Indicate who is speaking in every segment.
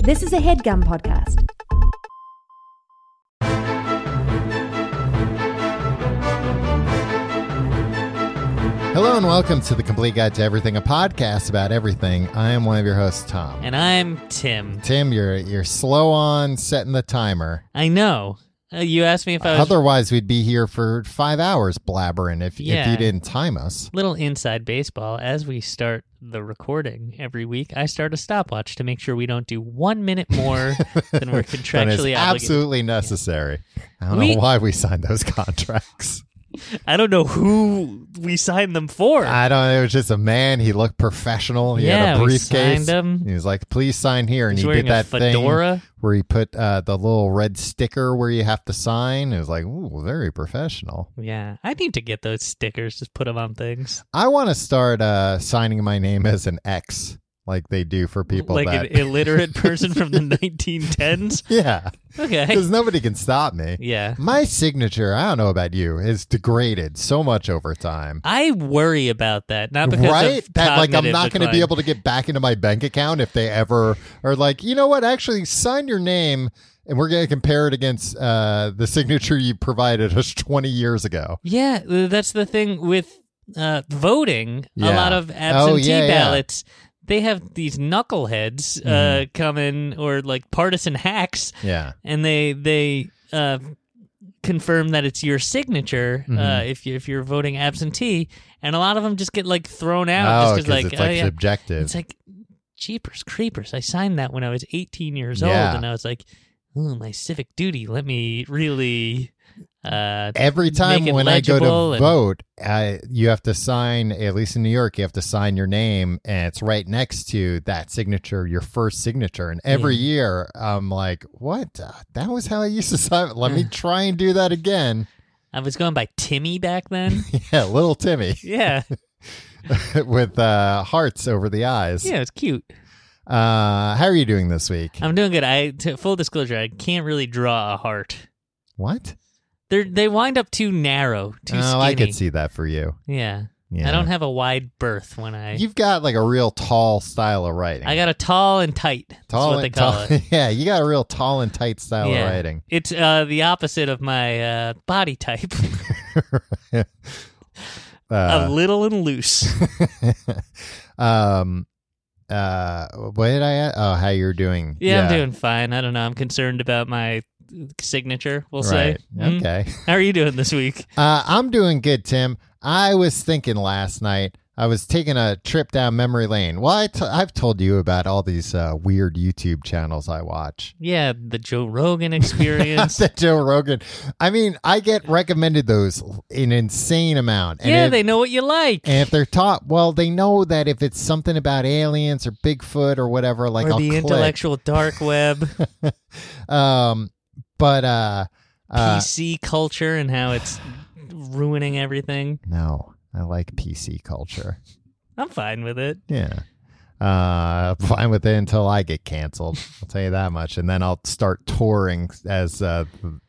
Speaker 1: This is a headgum podcast.
Speaker 2: Hello and welcome to the Complete Guide to Everything, a podcast about everything. I am one of your hosts, Tom.
Speaker 3: And I'm Tim.
Speaker 2: Tim, you're you're slow on setting the timer.
Speaker 3: I know. Uh, you asked me if I was
Speaker 2: Otherwise, we'd be here for five hours blabbering if if
Speaker 3: Yeah.
Speaker 2: you didn't time us.
Speaker 3: little inside baseball. As we start the recording every week, I start a stopwatch to make sure we don't do one minute more than we're
Speaker 2: Then it's
Speaker 3: contractually obligated.
Speaker 2: absolutely necessary. I don't
Speaker 3: We-
Speaker 2: know why we signed those contracts.
Speaker 3: I don't know who we signed them for.
Speaker 2: I don't. know. It was just a man. He looked professional. He had
Speaker 3: Yeah,
Speaker 2: a
Speaker 3: we
Speaker 2: briefcase.
Speaker 3: signed him.
Speaker 2: He was like, "Please sign here," and
Speaker 3: He's
Speaker 2: he
Speaker 3: wearing
Speaker 2: did that
Speaker 3: a fedora.
Speaker 2: thing where he put uh, the little red sticker where you have to sign. It was like, "Ooh, very professional."
Speaker 3: Yeah, I need to get those stickers. Just put them on things,
Speaker 2: I want to start uh, signing my name as an X, like they do for people
Speaker 3: like
Speaker 2: that.
Speaker 3: an illiterate person from the 1910s.
Speaker 2: yeah,
Speaker 3: Okay.
Speaker 2: because nobody can stop me.
Speaker 3: Yeah.
Speaker 2: My signature, I don't know about you, is degraded so much over time.
Speaker 3: I worry about that. Not because
Speaker 2: Right?
Speaker 3: of
Speaker 2: That like I'm
Speaker 3: cognitive
Speaker 2: not going to be
Speaker 3: decline.
Speaker 2: able to get back into my bank account if they ever are like, you know what? Actually, sign your name, and we're going to compare it against uh, the signature you provided us 20 years ago.
Speaker 3: Yeah, th- that's the thing with uh, voting. A
Speaker 2: Yeah.
Speaker 3: lot of
Speaker 2: Oh,
Speaker 3: absentee
Speaker 2: yeah, yeah.
Speaker 3: ballots. They have these knuckleheads
Speaker 2: Mm-hmm.
Speaker 3: uh, come in, or like partisan hacks,
Speaker 2: Yeah,
Speaker 3: and they they uh, confirm that it's your signature uh,
Speaker 2: Mm-hmm.
Speaker 3: if you, if you're voting absentee, and a lot of them just get like thrown out
Speaker 2: oh,
Speaker 3: just
Speaker 2: 'cause
Speaker 3: because like,
Speaker 2: it's
Speaker 3: oh,
Speaker 2: like
Speaker 3: yeah.
Speaker 2: subjective.
Speaker 3: it's like jeepers creepers. I signed that when I was 18 years old,
Speaker 2: Yeah.
Speaker 3: and I was like, ooh, my civic duty. Let me really. Uh,
Speaker 2: Every time
Speaker 3: it
Speaker 2: when I go
Speaker 3: legible
Speaker 2: to
Speaker 3: and-
Speaker 2: vote, I, you have to sign, at least in New York, you have to sign your name and it's right next to that signature, your first signature. And every year I'm like, what? Uh, that was how I used to sign. Let me try and do that again.
Speaker 3: I was going by Timmy back then.
Speaker 2: Yeah, little Timmy
Speaker 3: yeah.
Speaker 2: with uh, hearts over the eyes.
Speaker 3: Yeah, it's cute.
Speaker 2: Uh, how are you doing this week?
Speaker 3: I'm doing good. I to, full disclosure, I can't really draw a heart.
Speaker 2: What?
Speaker 3: They are they wind up too narrow, too
Speaker 2: oh,
Speaker 3: skinny.
Speaker 2: I could see that for you.
Speaker 3: Yeah.
Speaker 2: Yeah.
Speaker 3: I don't have a wide berth when I
Speaker 2: You've got like a real tall style of writing.
Speaker 3: I got a tall and tight.
Speaker 2: tall
Speaker 3: that's what they
Speaker 2: and
Speaker 3: call
Speaker 2: tall-
Speaker 3: it.
Speaker 2: Yeah, you got a real tall and tight style
Speaker 3: Yeah.
Speaker 2: of writing.
Speaker 3: It's uh, the opposite of my uh, body type.
Speaker 2: Uh,
Speaker 3: of little and loose.
Speaker 2: um, uh, what did I? a- Oh, how you're doing?
Speaker 3: Yeah, I'm doing fine. I don't know. I'm concerned about my uh, signature, we'll
Speaker 2: Right.
Speaker 3: say. Mm.
Speaker 2: Okay.
Speaker 3: How are you doing this week?
Speaker 2: Uh, I'm doing good, Tim. I was thinking last night. I was taking a trip down memory lane. Well, I t- I've told you about all these uh, weird YouTube channels I watch.
Speaker 3: Yeah, the Joe Rogan experience.
Speaker 2: The Joe Rogan. I mean, I get recommended those an insane amount. And
Speaker 3: yeah,
Speaker 2: if-
Speaker 3: they know what you like.
Speaker 2: And if they're taught, well, they know that if it's something about aliens or Bigfoot or whatever, like
Speaker 3: or
Speaker 2: I'll
Speaker 3: the
Speaker 2: click.
Speaker 3: intellectual dark web,
Speaker 2: Um, but uh, uh,
Speaker 3: PC culture, and how it's ruining everything.
Speaker 2: no, I like PC culture.
Speaker 3: I'm fine with it.
Speaker 2: Yeah, uh, fine with it until I get canceled. I'll tell you that much, and then I'll start touring as uh,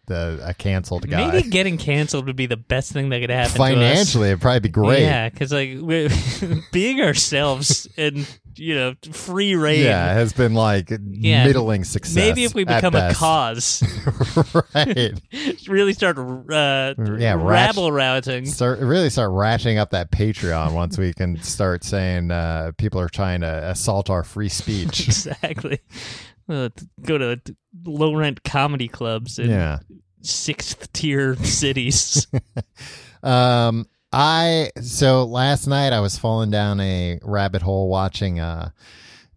Speaker 2: the a canceled guy.
Speaker 3: Maybe getting canceled would be the best thing that could happen. to us.
Speaker 2: Financially, it'd probably be great.
Speaker 3: Yeah, because like we're being ourselves and you know free reign.
Speaker 2: Yeah, it has been like middling success.
Speaker 3: Maybe if we
Speaker 2: at
Speaker 3: become a
Speaker 2: best.
Speaker 3: cause,
Speaker 2: right?
Speaker 3: really start uh,
Speaker 2: Yeah, ratch-
Speaker 3: rabble rousing.
Speaker 2: start really start ratcheting up that Patreon once we can start saying uh, people are trying to assault our free speech.
Speaker 3: Exactly. Uh, t- go to low rent comedy clubs in
Speaker 2: yeah.
Speaker 3: sixth tier cities.
Speaker 2: Um, I so last night I was falling down a rabbit hole watching uh,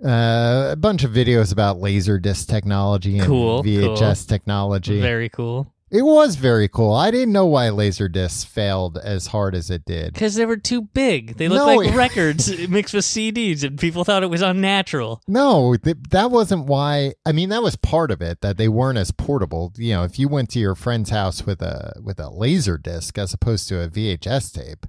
Speaker 2: uh, a bunch of videos about laser disc technology and
Speaker 3: Cool,
Speaker 2: VHS technology.
Speaker 3: Very cool.
Speaker 2: it was very cool. I didn't know why laser discs failed as hard as it did.
Speaker 3: Because they were too big. They looked
Speaker 2: No,
Speaker 3: like
Speaker 2: it-
Speaker 3: records mixed with CDs, and people thought it was unnatural.
Speaker 2: No, th- that wasn't why. I mean, that was part of it that they weren't as portable. You know, if you went to your friend's house with a with a laser disc as opposed to a VHS tape,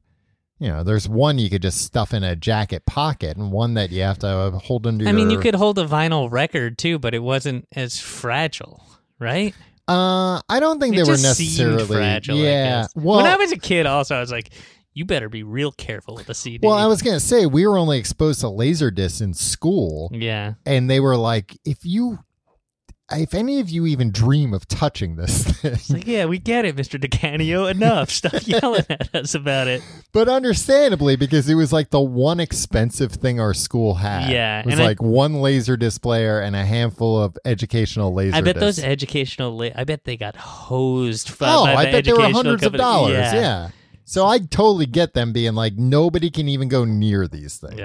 Speaker 2: you know, there's one you could just stuff in a jacket pocket, and one that you have to hold under.
Speaker 3: I mean, you
Speaker 2: your-
Speaker 3: could hold a vinyl record too, but it wasn't as fragile, right?
Speaker 2: Uh, I don't think they
Speaker 3: It
Speaker 2: were
Speaker 3: just seemed
Speaker 2: necessarily.
Speaker 3: fragile. I
Speaker 2: yeah.
Speaker 3: guess.
Speaker 2: Well,
Speaker 3: when I was a kid, also, I was like, you better be real careful with the CD.
Speaker 2: well, I was gonna
Speaker 3: Mm.
Speaker 2: say we were only exposed to laser discs in school.
Speaker 3: Yeah.
Speaker 2: and they were like, if you if any of you even dream of touching this
Speaker 3: It's
Speaker 2: thing,
Speaker 3: like, yeah, we get it, Mr. DeCanio. Enough. Stop yelling at us about it.
Speaker 2: but understandably because it was like the one expensive thing our school had.
Speaker 3: Yeah,
Speaker 2: it was
Speaker 3: and I-
Speaker 2: like one laser disc player and a handful of educational laser.
Speaker 3: I bet
Speaker 2: discs.
Speaker 3: those educational. La- I bet they got hosed. f-
Speaker 2: Oh,
Speaker 3: by
Speaker 2: I
Speaker 3: the
Speaker 2: bet they were
Speaker 3: educational
Speaker 2: hundreds of
Speaker 3: company.
Speaker 2: dollars. Yeah. So I totally get them being like, nobody can even go near these things.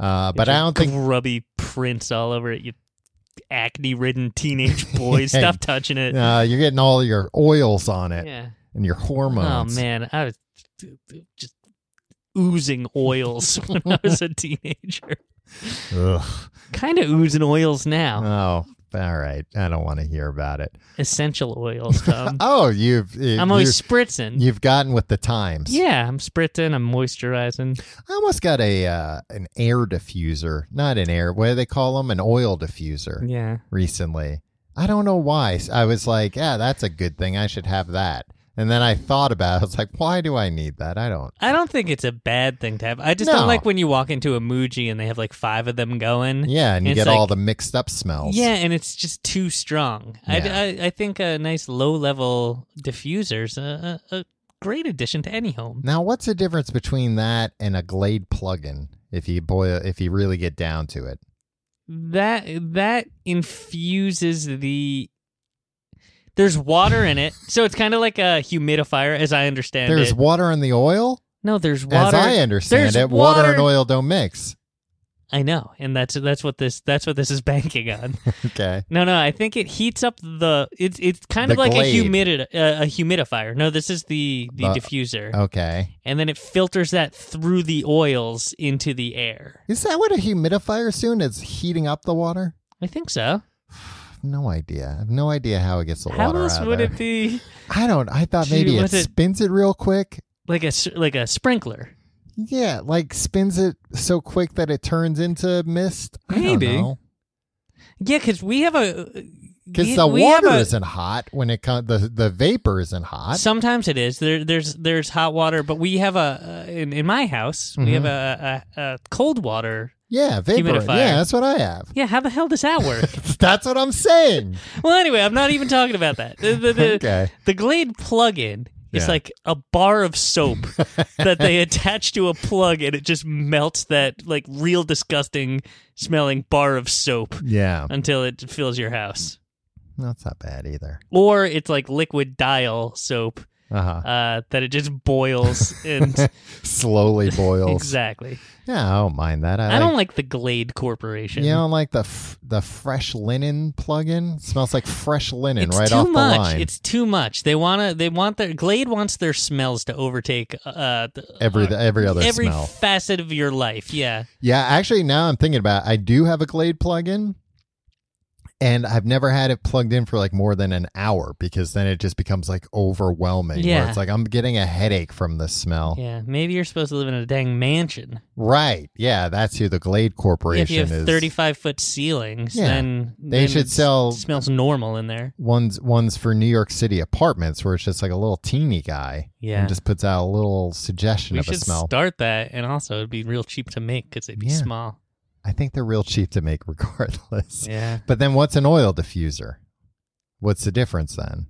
Speaker 3: Yeah.
Speaker 2: Uh, but
Speaker 3: Get
Speaker 2: I
Speaker 3: your
Speaker 2: don't think
Speaker 3: grubby prints all over it. You acne-ridden teenage boys.
Speaker 2: Yeah.
Speaker 3: Stop touching it.
Speaker 2: uh, you're getting all your oils on it
Speaker 3: yeah.
Speaker 2: and your hormones.
Speaker 3: Oh man, I was just oozing oils when I was a teenager.
Speaker 2: Ugh.
Speaker 3: Kind of oozing oils now.
Speaker 2: Oh, all right. I don't want to hear about it.
Speaker 3: Essential oils, Tom.
Speaker 2: Oh, you've you-
Speaker 3: I'm always spritzing.
Speaker 2: you've, you've gotten with the times.
Speaker 3: yeah, I'm spritzing. I'm moisturizing.
Speaker 2: I almost got a uh, an air diffuser, not an air. What do they call them? An oil diffuser.
Speaker 3: Yeah.
Speaker 2: recently. I don't know why. I was like, yeah, that's a good thing. I should have that. And then I thought about it. I was like, why do I need that? I don't.
Speaker 3: I don't think it's a bad thing to have. I just
Speaker 2: No.
Speaker 3: don't like when you walk into a Muji and they have like five of them going.
Speaker 2: Yeah. And you
Speaker 3: It's
Speaker 2: get all
Speaker 3: like-
Speaker 2: the mixed up smells.
Speaker 3: Yeah, and it's just too strong. I-
Speaker 2: Yeah.
Speaker 3: I, I, think a nice low level diffuser's a, a, a great addition to any home.
Speaker 2: Now, what's the difference between that and a Glade plug-in? If you boil, if you really get down to it,
Speaker 3: that that infuses the there's water in it so it's kind of like a humidifier as i understand
Speaker 2: there's
Speaker 3: it
Speaker 2: water in the oil.
Speaker 3: no there's water
Speaker 2: As I understand
Speaker 3: There's
Speaker 2: it, water.
Speaker 3: water-
Speaker 2: and oil don't mix.
Speaker 3: i know and that's that's what this that's what this is banking on
Speaker 2: Okay.
Speaker 3: no no i think it heats up the it's it's kind of
Speaker 2: The
Speaker 3: like
Speaker 2: glade.
Speaker 3: a humidit uh, a humidifier no this is the the,
Speaker 2: The-
Speaker 3: diffuser
Speaker 2: Okay.
Speaker 3: and then it filters that through the oils into the air
Speaker 2: Is that what a humidifier is doing? It's heating up the water.
Speaker 3: i think so
Speaker 2: I have no idea. I have no idea how it gets the
Speaker 3: how
Speaker 2: water
Speaker 3: else
Speaker 2: out of
Speaker 3: would
Speaker 2: there.
Speaker 3: it be
Speaker 2: I don't. I thought
Speaker 3: Gee,
Speaker 2: maybe it
Speaker 3: was it-
Speaker 2: spins it real quick.
Speaker 3: like a s- like a sprinkler
Speaker 2: Yeah, like spins it so quick that it turns into mist. I
Speaker 3: Maybe.
Speaker 2: don't know.
Speaker 3: Yeah, because we have a
Speaker 2: Because
Speaker 3: we-
Speaker 2: the
Speaker 3: we have
Speaker 2: water
Speaker 3: a-
Speaker 2: isn't hot when it comes. The the vapor isn't hot.
Speaker 3: Sometimes it is. There, there's there's hot water, but we have a uh, in, in my house we have a,
Speaker 2: Mm-hmm.
Speaker 3: a, a cold water.
Speaker 2: yeah, vapor.
Speaker 3: humidifier.
Speaker 2: Yeah, that's what I have.
Speaker 3: Yeah, how the hell does that work?
Speaker 2: That's what I'm saying.
Speaker 3: well, anyway, I'm not even talking about that. The, the, the,
Speaker 2: Okay.
Speaker 3: the Glade plug-in is
Speaker 2: Yeah.
Speaker 3: like a bar of soap that they attach to a plug, and it just melts that like real disgusting smelling bar of soap
Speaker 2: Yeah,
Speaker 3: until it fills your house.
Speaker 2: that's not bad either.
Speaker 3: Or it's like liquid dial soap
Speaker 2: Uh huh.
Speaker 3: uh, that it just boils and
Speaker 2: Slowly boils.
Speaker 3: Exactly.
Speaker 2: Yeah, I don't mind that. I,
Speaker 3: I don't like the Glade Corporation.
Speaker 2: You don't like the f- the fresh linen plug-in? smells like fresh linen
Speaker 3: it's
Speaker 2: right
Speaker 3: too
Speaker 2: off the
Speaker 3: much.
Speaker 2: line.
Speaker 3: It's too much. They wanna. They want their Glade wants their smells to overtake uh, the,
Speaker 2: every
Speaker 3: uh,
Speaker 2: every other
Speaker 3: every
Speaker 2: smell.
Speaker 3: facet of your life. Yeah,
Speaker 2: Yeah, actually, now I'm thinking about it, I do have a Glade plug-in, and I've never had it plugged in for like more than an hour because then it just becomes like overwhelming. where
Speaker 3: Yeah.
Speaker 2: it's like I'm getting a headache from this smell.
Speaker 3: yeah. Maybe you're supposed to live in a dang mansion.
Speaker 2: Right? Yeah, that's who the Glade
Speaker 3: If
Speaker 2: Corporation
Speaker 3: you have
Speaker 2: is.
Speaker 3: 35 foot ceilings,
Speaker 2: Yeah.
Speaker 3: then
Speaker 2: They
Speaker 3: then
Speaker 2: should
Speaker 3: it
Speaker 2: sell-
Speaker 3: Smells normal in there.
Speaker 2: One's one's for New York City apartments, where it's just like a little teeny guy,
Speaker 3: Yeah.
Speaker 2: and just puts out a little suggestion
Speaker 3: We
Speaker 2: of a
Speaker 3: should
Speaker 2: smell.
Speaker 3: start that, and also it'd be real cheap to make because it'd be
Speaker 2: Yeah.
Speaker 3: small.
Speaker 2: I think they're real cheap to make, regardless.
Speaker 3: Yeah.
Speaker 2: But then, what's an oil diffuser? What's the difference then?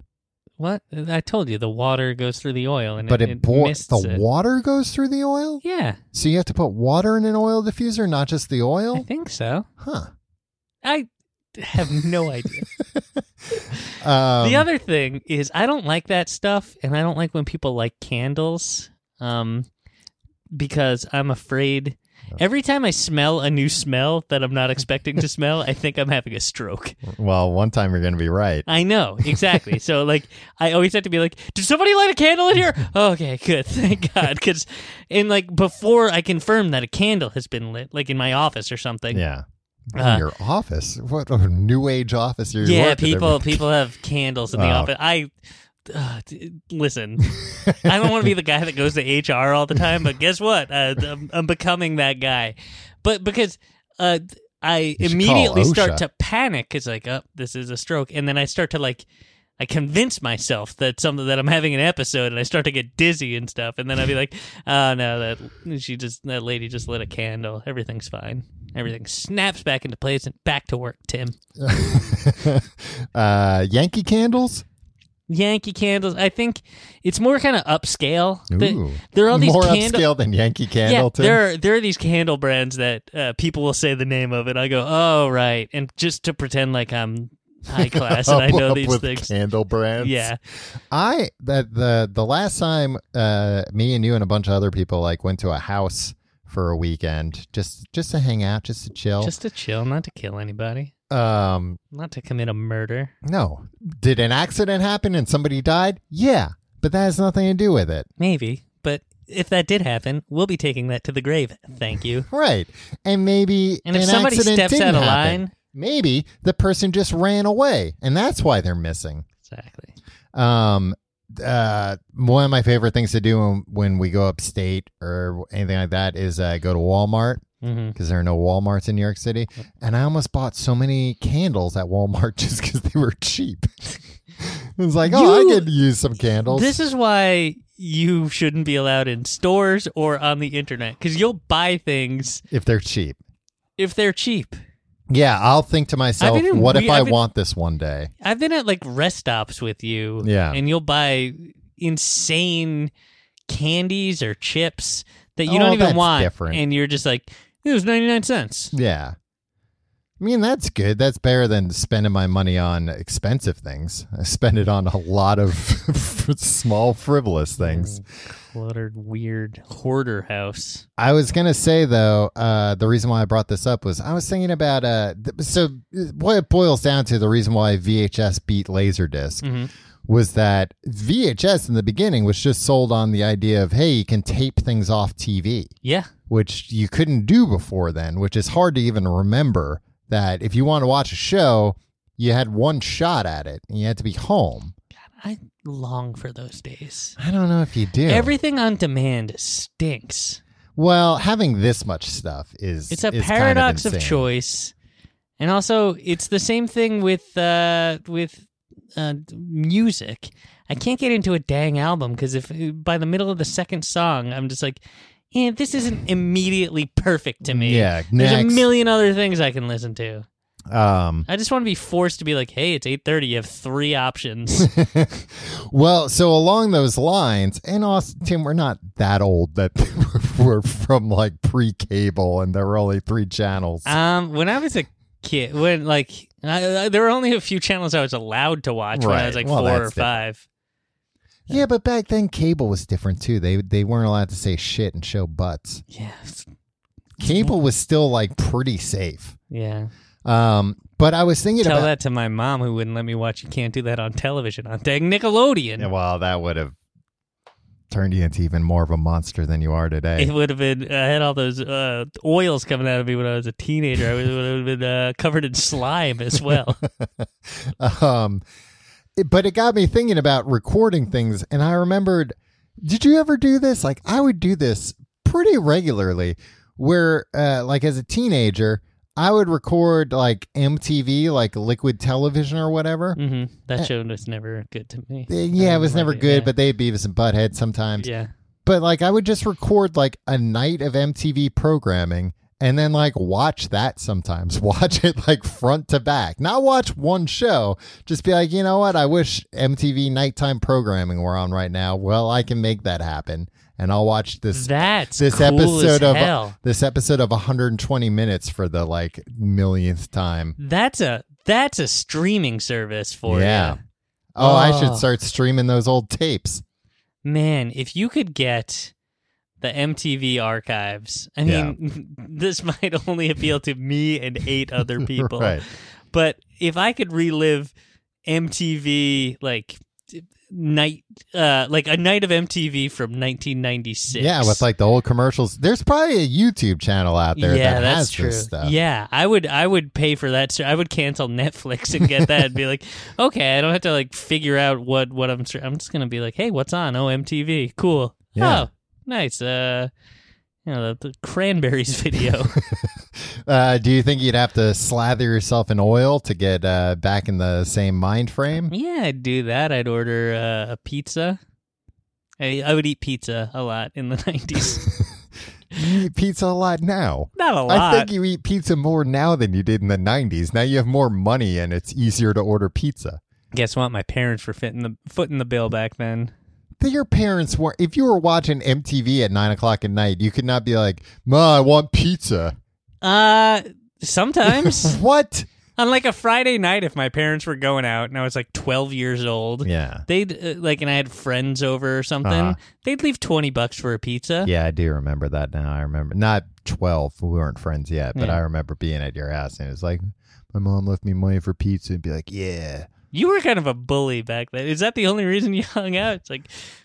Speaker 3: What I told you, the water goes through the oil, and
Speaker 2: but
Speaker 3: it,
Speaker 2: it, boils.
Speaker 3: mists
Speaker 2: The
Speaker 3: it.
Speaker 2: water goes through the oil.
Speaker 3: Yeah,
Speaker 2: So you have to put water in an oil diffuser, not just the
Speaker 3: I
Speaker 2: oil?
Speaker 3: think so.
Speaker 2: Huh.
Speaker 3: I have no idea.
Speaker 2: Um,
Speaker 3: the other thing is I don't like that stuff and I don't like when people like candles um because I'm afraid every time I smell a new smell that I'm not expecting to smell, I think I'm having a stroke.
Speaker 2: Well, one time you're going to be right.
Speaker 3: I know, exactly. so like I always have to be like, "Did somebody light a candle in here?" okay, good. Thank God cuz and like before I confirm that a candle has been lit like in my office or something.
Speaker 2: Yeah.
Speaker 3: Uh,
Speaker 2: in your office? What a new age office you're
Speaker 3: yeah,
Speaker 2: working in.
Speaker 3: people people have candles in the
Speaker 2: Oh.
Speaker 3: office. I uh, listen. I don't want to be the guy that goes to HR all the time, but guess what? Uh, I'm, I'm becoming that guy. But because uh, I
Speaker 2: You should
Speaker 3: immediately
Speaker 2: call
Speaker 3: start
Speaker 2: OSHA.
Speaker 3: to panic, it's like, oh, this is a stroke, and then I start to like. I convince myself that something that I'm having an episode, and I start to get dizzy and stuff, and then I'd be like, "Oh no, that she just that lady just lit a candle. Everything's fine." Everything snaps back into place and back to work, Tim.
Speaker 2: uh, Yankee candles.
Speaker 3: Yankee candles. I think it's more kind of upscale. The-
Speaker 2: Ooh.
Speaker 3: there are all these
Speaker 2: More
Speaker 3: candle-
Speaker 2: upscale than Yankee
Speaker 3: Yeah,
Speaker 2: candle. Tim?
Speaker 3: there are, there are these candle brands that uh, people will say the name of, and I go, "Oh, right," and just to pretend like I'm high class and I
Speaker 2: Up-
Speaker 3: know
Speaker 2: up
Speaker 3: these
Speaker 2: with
Speaker 3: things.
Speaker 2: Candle brands.
Speaker 3: Yeah,
Speaker 2: I that the the last time uh me and you and a bunch of other people like went to a house for a weekend just just to hang out, just to chill.
Speaker 3: just to chill, not to kill anybody,
Speaker 2: um
Speaker 3: not to commit a murder.
Speaker 2: no. Did an accident happen and somebody died? Yeah. But that has nothing to do with it.
Speaker 3: Maybe, but if that did happen, we'll be taking that to the grave. Thank you.
Speaker 2: Right. And maybe
Speaker 3: And if
Speaker 2: an
Speaker 3: somebody
Speaker 2: accident
Speaker 3: steps
Speaker 2: didn't
Speaker 3: out of
Speaker 2: happen.
Speaker 3: line,
Speaker 2: maybe the person just ran away and that's why they're missing.
Speaker 3: exactly.
Speaker 2: Um, uh, one of my favorite things to do when, when we go upstate or anything like that is uh, go to Walmart
Speaker 3: hmm
Speaker 2: because there are no WalMarts in New York City. And I almost bought so many candles at Walmart just because they were cheap. it was like, oh,
Speaker 3: You-
Speaker 2: I could use some candles.
Speaker 3: This is why you shouldn't be allowed in stores or on the internet because you'll buy things
Speaker 2: if they're cheap.
Speaker 3: if they're cheap.
Speaker 2: Yeah, I'll think to myself,
Speaker 3: I've been in
Speaker 2: what if
Speaker 3: we-
Speaker 2: I
Speaker 3: I've been-
Speaker 2: want this one day?
Speaker 3: I've been at like rest stops with you.
Speaker 2: Yeah.
Speaker 3: And you'll buy insane candies or chips that you
Speaker 2: Oh,
Speaker 3: don't even
Speaker 2: that's
Speaker 3: want.
Speaker 2: different.
Speaker 3: And you're just like, it was 99 cents.
Speaker 2: Yeah. I mean, that's good. That's better than spending my money on expensive things. I spend it on a lot of small, frivolous things.
Speaker 3: Cluttered, weird hoarder house.
Speaker 2: I was gonna say though, uh, the reason why I brought this up was I was thinking about uh, th- so what it boils down to the reason why VHS beat Laserdisc
Speaker 3: Mhm.
Speaker 2: was that VHS in the beginning was just sold on the idea of hey, you can tape things off TV,
Speaker 3: Yeah.
Speaker 2: which you couldn't do before then, which is hard to even remember that if you want to watch a show, you had one shot at it and you had to be home.
Speaker 3: I long for those days.
Speaker 2: I don't know if you do.
Speaker 3: Everything on demand stinks.
Speaker 2: well, having this much stuff is
Speaker 3: It's a
Speaker 2: is kind of
Speaker 3: paradox of,
Speaker 2: insane.
Speaker 3: choice, and also it's the same thing with uh, with uh, music. I can't get into a dang album because if by the middle of the second song, I'm just like, eh, this isn't immediately perfect to me.
Speaker 2: Yeah,
Speaker 3: There's
Speaker 2: next.
Speaker 3: a million other things I can listen to.
Speaker 2: Um,
Speaker 3: I just want to be forced to be like, "Hey, it's 8:30. You have three options."
Speaker 2: well, so along those lines, and also, Tim, we're not that old that we're from like pre-cable, and there were only three channels.
Speaker 3: Um, when I was a kid, when like I, I, there were only a few channels I was allowed to watch when I was
Speaker 2: Right.
Speaker 3: like
Speaker 2: Well,
Speaker 3: four or
Speaker 2: that's
Speaker 3: five.
Speaker 2: yeah, but back then cable was different too. They they weren't allowed to say shit and show butts.
Speaker 3: Yeah,
Speaker 2: Cable was still like pretty safe.
Speaker 3: yeah.
Speaker 2: Um, but I was thinking
Speaker 3: Tell
Speaker 2: about
Speaker 3: that to my mom who wouldn't let me watch. You can't do that on television on dang Nickelodeon.
Speaker 2: Yeah, well, that would have turned you into even more of a monster than you are today.
Speaker 3: It would have been. I had all those uh, oils coming out of me when I was a teenager. I would would have been uh, covered in slime as well.
Speaker 2: um it- but it got me thinking about recording things and i remembered did you ever do this like i would do this pretty regularly where uh like as a teenager i would record like mtv like liquid television or whatever
Speaker 3: hmm That show was never good to me.
Speaker 2: Uh, yeah it was never
Speaker 3: Yeah.
Speaker 2: good but they'd beavis and butthead sometimes
Speaker 3: Yeah,
Speaker 2: but like i would just record like a night of mtv programming and then like watch that sometimes watch it like front to back not watch one show just be like you know what i wish mtv nighttime programming were on right now well i can make that happen and i'll watch this
Speaker 3: that's
Speaker 2: this
Speaker 3: cool
Speaker 2: episode
Speaker 3: as
Speaker 2: of uh,
Speaker 3: hell.
Speaker 2: this episode of 120 minutes for the like millionth time
Speaker 3: That's a that's a streaming service for
Speaker 2: Yeah.
Speaker 3: ya.
Speaker 2: oh i
Speaker 3: Oh.
Speaker 2: should start streaming those old tapes
Speaker 3: Man, if you could get the MTV archives, I
Speaker 2: Yeah.
Speaker 3: mean, this might only appeal to me and eight other people.
Speaker 2: right
Speaker 3: But if I could relive MTV, like night, uh, like a night of MTV from 1996.
Speaker 2: yeah with like the old commercials there's probably a youtube channel out there
Speaker 3: yeah,
Speaker 2: that
Speaker 3: that's
Speaker 2: has
Speaker 3: true.
Speaker 2: this stuff
Speaker 3: Yeah, I would, I would pay for that. ser- I would cancel Netflix and get that, and be like, okay, I don't have to like figure out what what I'm. ser- I'm just gonna be like, hey, what's on? Oh, MTV, cool.
Speaker 2: Yeah.
Speaker 3: Oh, nice. Uh, you know, the, the Cranberries video.
Speaker 2: Uh, do you think you'd have to slather yourself in oil to get uh, back in the same mind frame?
Speaker 3: yeah, I'd do that. I'd order uh, a pizza. I, I would eat pizza a lot in the 90s.
Speaker 2: you eat pizza a lot now.
Speaker 3: Not a lot.
Speaker 2: I think you eat pizza more now than you did in the 90s. Now you have more money and it's easier to order pizza.
Speaker 3: Guess what? My parents were fitting the foot in the bill back then.
Speaker 2: But your parents were, if you were watching MTV at nine o'clock at night, you could not be like, Ma, I want pizza.
Speaker 3: Uh, sometimes
Speaker 2: What?
Speaker 3: on like a Friday night, if my parents were going out and I was like 12 years old,
Speaker 2: Yeah.
Speaker 3: they'd uh, like, and I had friends over or something,
Speaker 2: Uh-huh.
Speaker 3: they'd leave 20 bucks for a pizza.
Speaker 2: Yeah, I do remember that now. I remember not 12. We weren't friends yet, but
Speaker 3: Yeah.
Speaker 2: I remember being at your house and it was like, my mom left me money for pizza and be like, yeah.
Speaker 3: You were kind of a bully back then. Is that the only reason you hung out? It's like,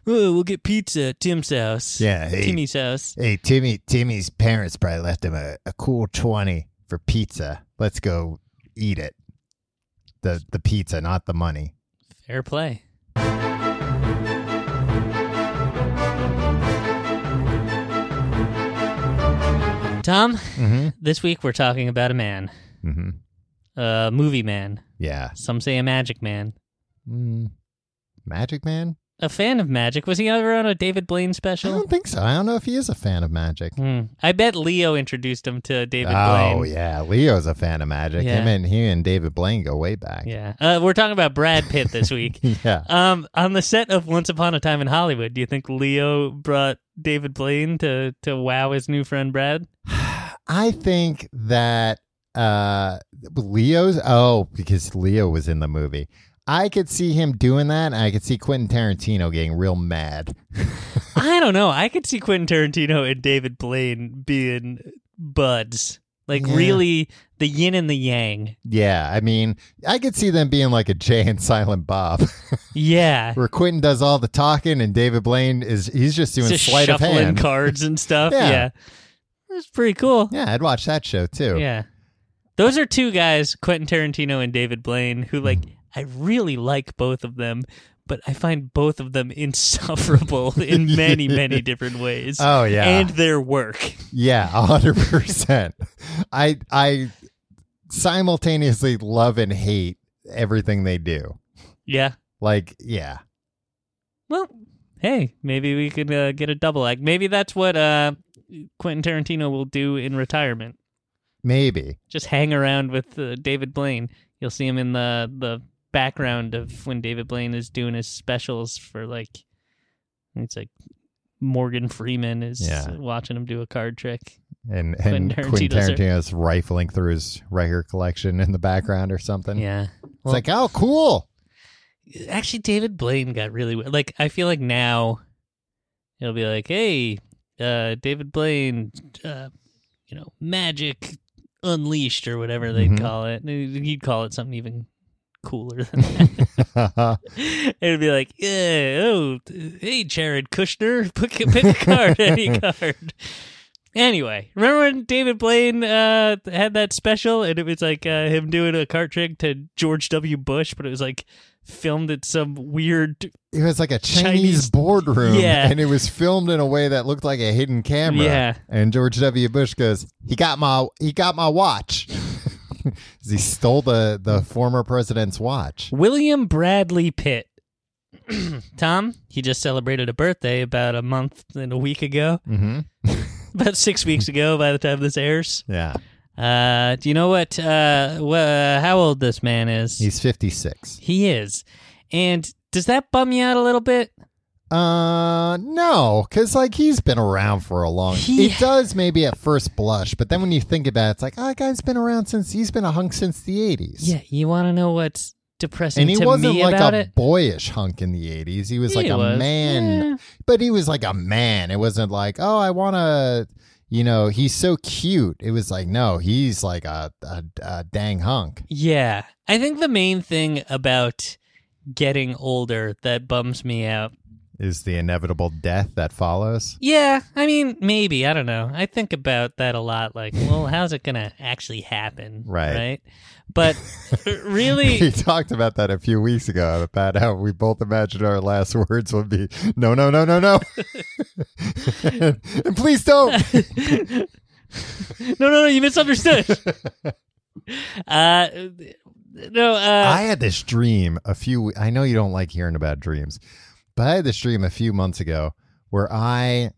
Speaker 3: oh, we'll get pizza at Tim's house.
Speaker 2: Yeah. Hey,
Speaker 3: Timmy's house.
Speaker 2: hey Timmy, Timmy's parents probably left him a, a cool 20 for pizza. Let's go eat it. The, the pizza, not the money.
Speaker 3: Fair play. Tom,
Speaker 2: Mm
Speaker 3: this week we're talking about a man,
Speaker 2: hmm. Mm hmm.
Speaker 3: a movie man.
Speaker 2: Yeah.
Speaker 3: Some say a magic man.
Speaker 2: Mm. Magic Man?
Speaker 3: A fan of magic. Was he ever on a David Blaine
Speaker 2: I
Speaker 3: special?
Speaker 2: don't think so. I don't know if he is a fan of magic.
Speaker 3: Hmm. I bet Leo introduced him to David Blaine.
Speaker 2: oh yeah, Leo's a fan of magic.
Speaker 3: Yeah.
Speaker 2: Him and he and David Blaine go way back.
Speaker 3: Yeah. Uh, we're talking about Brad Pitt this week.
Speaker 2: Yeah.
Speaker 3: Um, on the set of Once Upon a Time in Hollywood, do you think Leo brought David Blaine to to wow his new friend Brad?
Speaker 2: I think that uh Leo's oh, because Leo was in the movie. I could see him doing that, and I could see Quentin Tarantino getting real mad.
Speaker 3: I don't know. I could see Quentin Tarantino and David Blaine being buds, like
Speaker 2: Yeah.
Speaker 3: really the yin and the yang.
Speaker 2: Yeah, I mean, I could see them being like a Jay and Silent Bob,
Speaker 3: Yeah,
Speaker 2: where Quentin does all the talking and David Blaine is he's just doing
Speaker 3: just
Speaker 2: sleight of
Speaker 3: shuffling
Speaker 2: hand.
Speaker 3: cards and stuff.
Speaker 2: Yeah.
Speaker 3: yeah, that's pretty cool.
Speaker 2: yeah, I'd watch that show too.
Speaker 3: Yeah. Those are two guys, Quentin Tarantino and David Blaine, who
Speaker 2: Hmm.
Speaker 3: like I really like both of them, but I find both of them insufferable in many, many different ways.
Speaker 2: Oh yeah.
Speaker 3: And their work.
Speaker 2: Yeah, a hundred percent. I I simultaneously love and hate everything they do.
Speaker 3: Yeah.
Speaker 2: Like, yeah,
Speaker 3: Well, hey, maybe we could uh, get a double act. Maybe that's what uh, Quentin Tarantino will do in retirement.
Speaker 2: maybe.
Speaker 3: Just hang around with uh, David Blaine. You'll see him in the the background of when David Blaine is doing his specials for like it's like Morgan Freeman is
Speaker 2: Yeah.
Speaker 3: watching him do a card trick.
Speaker 2: And and
Speaker 3: Quentin
Speaker 2: Quentin
Speaker 3: Tarantino's-
Speaker 2: Tarantino's rifling through his record collection in the background or something.
Speaker 3: Yeah.
Speaker 2: It's like, oh, cool.
Speaker 3: Actually, David Blaine got really weird. Like, I feel like now it'll be like, hey, uh, David Blaine, uh, you know, magic unleashed or whatever they'd
Speaker 2: Mhm.
Speaker 3: call it. He'd call it something even cooler than that. It'd be like, yeah, oh, hey, Jared Kushner, pick, a- pick a card, any card. Anyway, remember when David Blaine uh, had that special and it was like uh, him doing a card trick to George W. Bush, but it was like filmed at some weird.
Speaker 2: it was like a Chinese,
Speaker 3: Chinese-
Speaker 2: boardroom,
Speaker 3: Yeah.
Speaker 2: and it was filmed in a way that looked like a hidden camera.
Speaker 3: Yeah.
Speaker 2: And George W. Bush goes, "He got my he got my watch." 'Cause he stole the the former president's watch.
Speaker 3: William Bradley Pitt. Tom, he just celebrated a birthday about a month and a week ago,
Speaker 2: Mm-hmm.
Speaker 3: about six weeks ago by the time this airs.
Speaker 2: Yeah.
Speaker 3: Uh, do you know what, uh, wh- uh, how old this man is?
Speaker 2: He's 56.
Speaker 3: He is. And does that bum you out a little bit?
Speaker 2: Uh, no, because like he's been around for a long.
Speaker 3: He-
Speaker 2: It does maybe at first blush, but then when you think about it, it's like, oh, that guy's been around since he's been a hunk since the 80s.
Speaker 3: Yeah, you want to know what's depressing
Speaker 2: And he
Speaker 3: to
Speaker 2: wasn't
Speaker 3: me
Speaker 2: like
Speaker 3: about
Speaker 2: a
Speaker 3: it?
Speaker 2: boyish hunk in the 80s. He was
Speaker 3: He
Speaker 2: like a
Speaker 3: was.
Speaker 2: man,
Speaker 3: Yeah.
Speaker 2: but he was like a man. It wasn't like, oh, I want to, you know, he's so cute. It was like, no, he's like a, a, a dang hunk.
Speaker 3: Yeah. I think the main thing about getting older that bums me out.
Speaker 2: Is the inevitable death that follows?
Speaker 3: Yeah, I mean, maybe, I don't know. I think about that a lot like, well, how's it going to actually happen?
Speaker 2: Right.
Speaker 3: Right? But
Speaker 2: We
Speaker 3: really
Speaker 2: talked about that a few weeks ago about how we both imagined our last words would be no, no, no, no, no, and, please don't.
Speaker 3: No, no, no, you misunderstood. uh no, uh
Speaker 2: I had this dream a few. I know you don't like hearing about dreams, but I had this dream a few months ago where I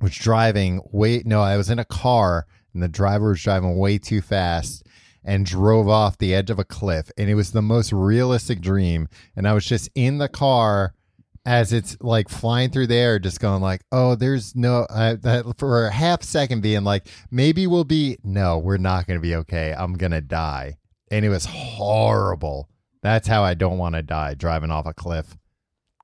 Speaker 2: was driving way no, I was in a car and the driver was driving way too fast and drove off the edge of a cliff and it was the most realistic dream and I was just in the car as it's like flying through the air just going like oh there's no I, that, for a half second being like maybe we'll be no we're not going to be okay i'm going to die and it was horrible that's how i don't want to die driving off a cliff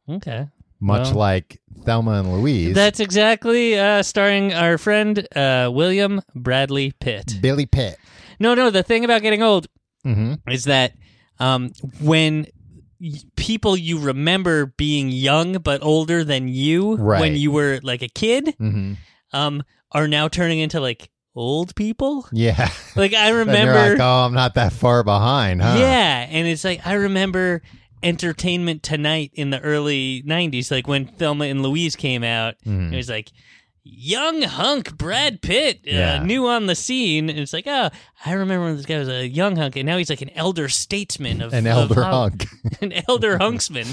Speaker 3: Okay.
Speaker 2: much
Speaker 3: Well-
Speaker 2: like thelma and louise
Speaker 3: That's exactly uh, starring our friend uh, William Bradley Pitt.
Speaker 2: billy pitt
Speaker 3: No, no, the thing about getting old
Speaker 2: hmm
Speaker 3: is that um, when y- people you remember being young but older than you
Speaker 2: Right.
Speaker 3: when you were like a kid
Speaker 2: hmm
Speaker 3: um, are now turning into like old people.
Speaker 2: yeah
Speaker 3: Like I
Speaker 2: And you're
Speaker 3: remember
Speaker 2: like, oh i'm not that far behind huh
Speaker 3: Yeah, and it's like I remember Entertainment Tonight in the early '90s, like when Thelma and Louise came out.
Speaker 2: Mhm.
Speaker 3: It was like young hunk Brad Pitt, uh,
Speaker 2: Yeah.
Speaker 3: new on the scene. And it's like, oh, I remember when this guy was a young hunk, and now he's like an elder statesman of
Speaker 2: an
Speaker 3: of
Speaker 2: elder
Speaker 3: Hollywood.
Speaker 2: hunk
Speaker 3: an elder hunksman.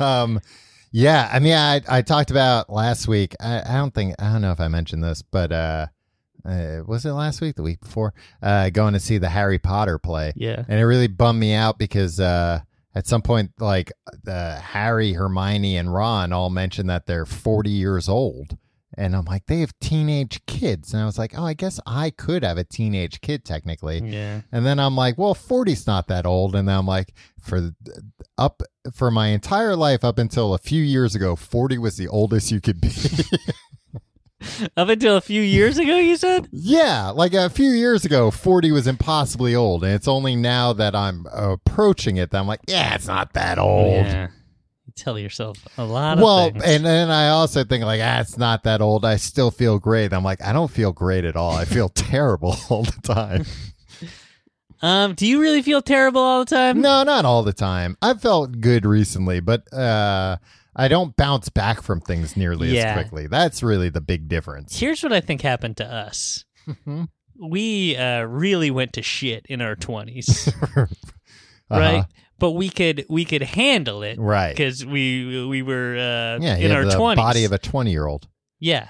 Speaker 2: um, yeah, I mean, I I talked about last week. I, I don't think I don't know if I mentioned this, but uh, uh, was it last week? The week before? Uh, going to see the Harry Potter play,
Speaker 3: Yeah,
Speaker 2: and it really bummed me out because uh, at some point, like uh, Harry, Hermione, and Ron all mentioned that they're forty years old. And I'm like, they have teenage kids. And I was like, oh, I guess I could have a teenage kid technically.
Speaker 3: yeah.
Speaker 2: And then I'm like, well, 40's not that old. And then I'm like, for th- up for my entire life up until a few years ago, 40 was the oldest you could be.
Speaker 3: Up until a few years ago, you said.
Speaker 2: yeah, like a few years ago, 40 was impossibly old, and it's only now that I'm approaching it that I'm like, yeah, it's not that old.
Speaker 3: Yeah. You tell yourself a lot of
Speaker 2: Well,
Speaker 3: things.
Speaker 2: and then I also think like, ah, it's not that old. I still feel great. I'm like, I don't feel great at all. I feel terrible all the time.
Speaker 3: um, do you really feel terrible all the time?
Speaker 2: No, not all the time. I've felt good recently, but uh, I don't bounce back from things nearly as
Speaker 3: Yeah.
Speaker 2: quickly. That's really the big difference.
Speaker 3: Here's what I think happened to us.
Speaker 2: Mhm.
Speaker 3: we uh, really went to shit in our 20s
Speaker 2: Uh-huh.
Speaker 3: right but we could we could handle it
Speaker 2: Right.
Speaker 3: because we we were uh,
Speaker 2: Yeah, you
Speaker 3: in
Speaker 2: have
Speaker 3: our
Speaker 2: the
Speaker 3: 20s
Speaker 2: body of a 20 year old.
Speaker 3: yeah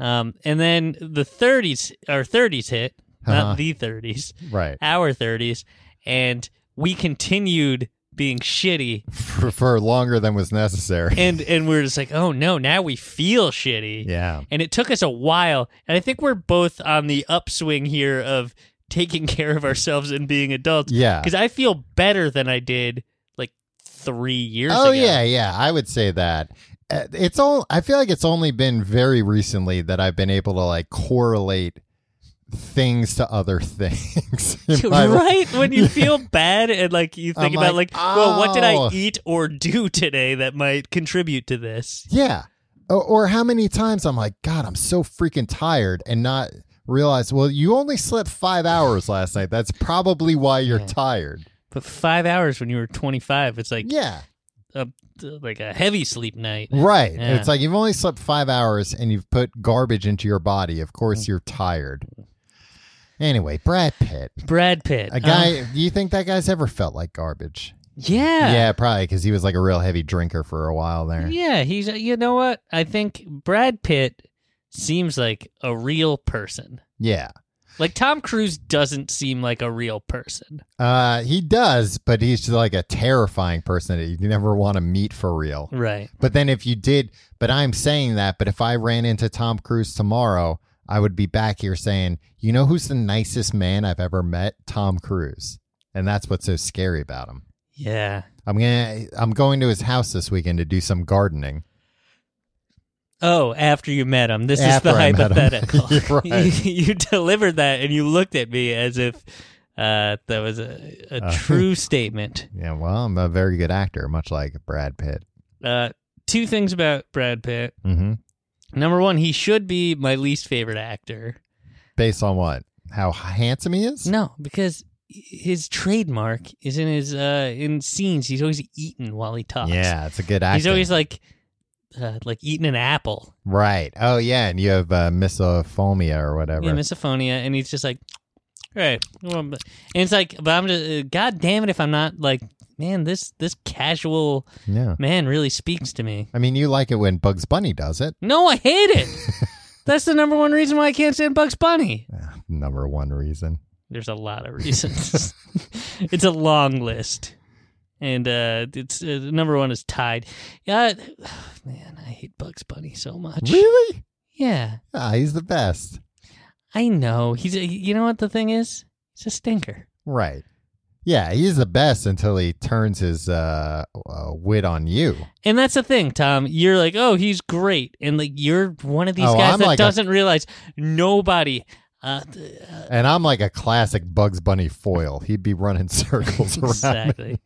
Speaker 3: um, and then the 30s our 30s hit
Speaker 2: Uh-huh.
Speaker 3: not the 30s
Speaker 2: Right.
Speaker 3: our 30s and we continued being shitty
Speaker 2: For, for longer than was necessary.
Speaker 3: and and we we're just like oh no now we feel shitty
Speaker 2: yeah.
Speaker 3: and it took us a while. And I think we're both on the upswing here of taking care of ourselves and being adults.
Speaker 2: Yeah.
Speaker 3: Because I feel better than I did like three years ago.
Speaker 2: Oh, yeah. Yeah. I would say that. Uh, It's all, I feel like it's only been very recently that I've been able to like correlate things to other things. in my life.
Speaker 3: Right when you feel bad and like you think
Speaker 2: I'm
Speaker 3: about
Speaker 2: like,
Speaker 3: like, well, what did
Speaker 2: "Oh."
Speaker 3: I eat or do today that might contribute to this?
Speaker 2: Yeah. Or, or how many times I'm like, God, I'm so freaking tired and not realize, well, you only slept five hours last night. That's probably why you're
Speaker 3: Yeah.
Speaker 2: tired.
Speaker 3: But five hours when you were twenty five, it's like
Speaker 2: Yeah.
Speaker 3: uh, like a heavy sleep night.
Speaker 2: Right.
Speaker 3: Yeah.
Speaker 2: It's like you've only slept five hours and you've put garbage into your body. Of
Speaker 3: Mm.
Speaker 2: course, you're tired. Anyway, Brad Pitt,
Speaker 3: Brad Pitt,
Speaker 2: a
Speaker 3: Uh,
Speaker 2: guy, do you think that guy's ever felt like garbage?
Speaker 3: yeah,
Speaker 2: Yeah, probably because he was like a real heavy drinker for a while there.
Speaker 3: Yeah, he's. You know what? I think Brad Pitt seems like a real person.
Speaker 2: yeah.
Speaker 3: Like Tom Cruise doesn't seem like a real person.
Speaker 2: Uh, he does, but he's just like a terrifying person that you never want to meet for real.
Speaker 3: Right.
Speaker 2: But then if you did, but I'm saying that, but if I ran into Tom Cruise tomorrow, I would be back here saying, you know who's the nicest man I've ever met? Tom Cruise. And that's what's so scary about him.
Speaker 3: Yeah.
Speaker 2: I'm gonna I'm going to his house this weekend to do some gardening.
Speaker 3: Oh, after you met him, this
Speaker 2: After
Speaker 3: is the
Speaker 2: I met him.
Speaker 3: hypothetical.
Speaker 2: You're right.
Speaker 3: you, you delivered that, and you looked at me as if uh, that was a, a
Speaker 2: Uh.
Speaker 3: true statement.
Speaker 2: Yeah, well, I'm a very good actor, much like Brad Pitt.
Speaker 3: Uh, two things about Brad Pitt.
Speaker 2: Mm-hmm.
Speaker 3: Number one, he should be my least favorite actor.
Speaker 2: Based on what? How handsome he is?
Speaker 3: No, because his trademark is in his uh in scenes. He's always eating while he talks.
Speaker 2: Yeah, it's a good actor.
Speaker 3: he's always like uh, like eating an apple.
Speaker 2: right. Oh yeah, and you have uh, misophonia or whatever.
Speaker 3: Yeah, misophonia, and he's just like, all right, and it's like, but I'm just, uh, god damn it, if I'm not like man, this this casual
Speaker 2: Yeah.
Speaker 3: man really speaks to me.
Speaker 2: I mean, you like it when Bugs Bunny does it.
Speaker 3: No, I hate it. That's the number one reason why I can't stand Bugs Bunny.
Speaker 2: Ah, Number one reason.
Speaker 3: There's a lot of reasons. it's a long list, and uh, it's uh, number one is tied. Yeah, man, I hate Bugs Bunny so much.
Speaker 2: Really?
Speaker 3: Yeah,
Speaker 2: Ah, he's the best.
Speaker 3: I know. He's a, you know what the thing is? He's a stinker.
Speaker 2: Right. Yeah, he's the best until he turns his uh, uh, wit on you.
Speaker 3: And that's the thing, Tom. You're like, oh, he's great, and like you're one of these
Speaker 2: Oh,
Speaker 3: guys
Speaker 2: I'm
Speaker 3: that
Speaker 2: like a-
Speaker 3: doesn't realize nobody. Uh, th-
Speaker 2: And I'm like a classic Bugs Bunny foil. He'd be running circles around.
Speaker 3: exactly.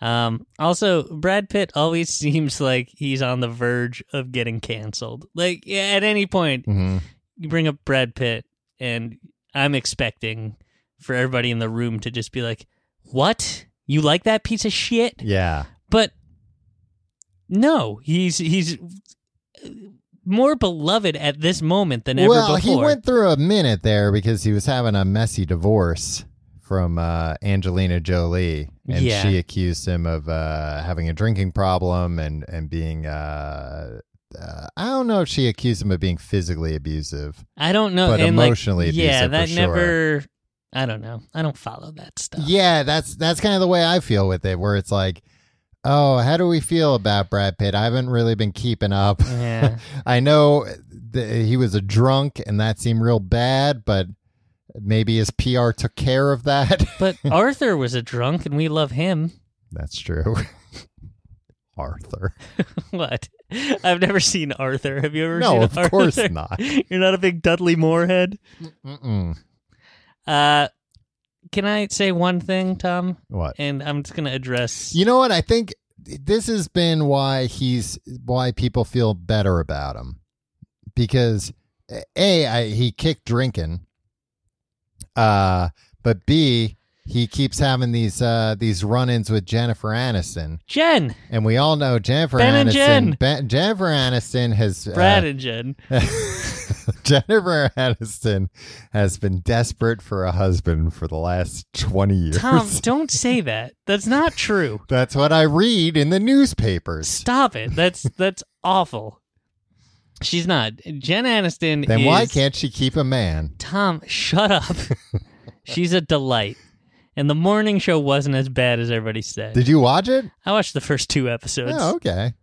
Speaker 3: Um, also, Brad Pitt always seems like he's on the verge of getting canceled. Like yeah, at any point,
Speaker 2: hmm
Speaker 3: you bring up Brad Pitt, and I'm expecting for everybody in the room to just be like, "What? You like that piece of shit?"
Speaker 2: Yeah.
Speaker 3: But no, he's he's more beloved at this moment than ever
Speaker 2: well,
Speaker 3: before.
Speaker 2: he went through a minute there because he was having a messy divorce from uh, Angelina Jolie, and
Speaker 3: Yeah.
Speaker 2: she accused him of uh, having a drinking problem and and being. Uh, uh, I don't know if she accused him of being physically abusive.
Speaker 3: I don't know,
Speaker 2: but
Speaker 3: and like,
Speaker 2: emotionally
Speaker 3: yeah,
Speaker 2: abusive for
Speaker 3: that
Speaker 2: sure.
Speaker 3: never. I don't know. I don't follow that stuff.
Speaker 2: Yeah, that's that's kind of the way I feel with it, where it's like, oh, how do we feel about Brad Pitt? I haven't really been keeping up.
Speaker 3: Yeah.
Speaker 2: I know th- he was a drunk, and that seemed real bad, but maybe his PR took care of that.
Speaker 3: But Arthur was a drunk, and we love him.
Speaker 2: That's true. Arthur.
Speaker 3: what? I've never seen Arthur. Have you ever seen
Speaker 2: No, of
Speaker 3: Arthur?
Speaker 2: course not.
Speaker 3: You're not a big Dudley Moore head.
Speaker 2: Mm-mm.
Speaker 3: Uh, can I say one thing, Tom?
Speaker 2: What?
Speaker 3: And I'm just gonna address.
Speaker 2: You know what? I think this has been why he's why people feel better about him because a I, he kicked drinking, uh, but b he keeps having these uh these run-ins with Jennifer Aniston,
Speaker 3: Jen,
Speaker 2: and we all know Jennifer
Speaker 3: Ben and
Speaker 2: Aniston.
Speaker 3: Jen.
Speaker 2: Ben- Jennifer Aniston has uh,
Speaker 3: Brad, and Jen.
Speaker 2: Jennifer Aniston has been desperate for a husband for the last twenty years.
Speaker 3: Tom, don't say that. That's not true.
Speaker 2: That's what I read in the newspapers.
Speaker 3: Stop it. That's that's awful. She's not. Jen Aniston
Speaker 2: Then
Speaker 3: is
Speaker 2: why can't she keep a man?
Speaker 3: Tom, shut up. She's a delight. And the morning show wasn't as bad as everybody said.
Speaker 2: Did you watch it?
Speaker 3: I watched the first two episodes.
Speaker 2: Oh, okay.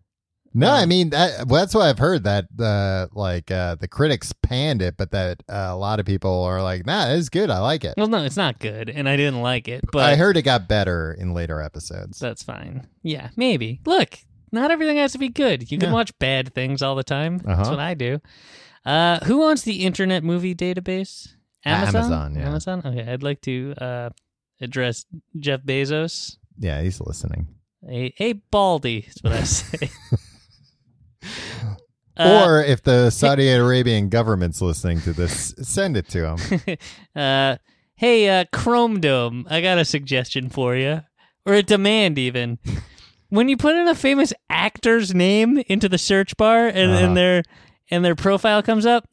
Speaker 2: No,
Speaker 3: Um,
Speaker 2: I mean that. Well, that's what I've heard that uh, like uh, the critics panned it, but that uh, a lot of people are like, "Nah, it's good. I like it."
Speaker 3: Well, no, it's not good, and I didn't like it, but
Speaker 2: I heard it got better in later episodes.
Speaker 3: that's fine. Yeah, maybe. Look, not everything has to be good. You can
Speaker 2: Yeah.
Speaker 3: watch bad things all the time. That's
Speaker 2: Uh-huh.
Speaker 3: what I do. Uh, who owns the Internet Movie Database?
Speaker 2: Uh,
Speaker 3: Amazon.
Speaker 2: Amazon, yeah.
Speaker 3: Amazon? Okay, I'd like to uh, address Jeff Bezos.
Speaker 2: yeah, he's listening.
Speaker 3: A, a baldy is what I say. Uh,
Speaker 2: or if the Saudi Arabian government's listening to this, send it to him.
Speaker 3: uh, hey, uh, Chrome Dome, I got a suggestion for you, or a demand even. when you put in a famous actor's name into the search bar and,
Speaker 2: Uh-huh.
Speaker 3: and their and their profile comes up,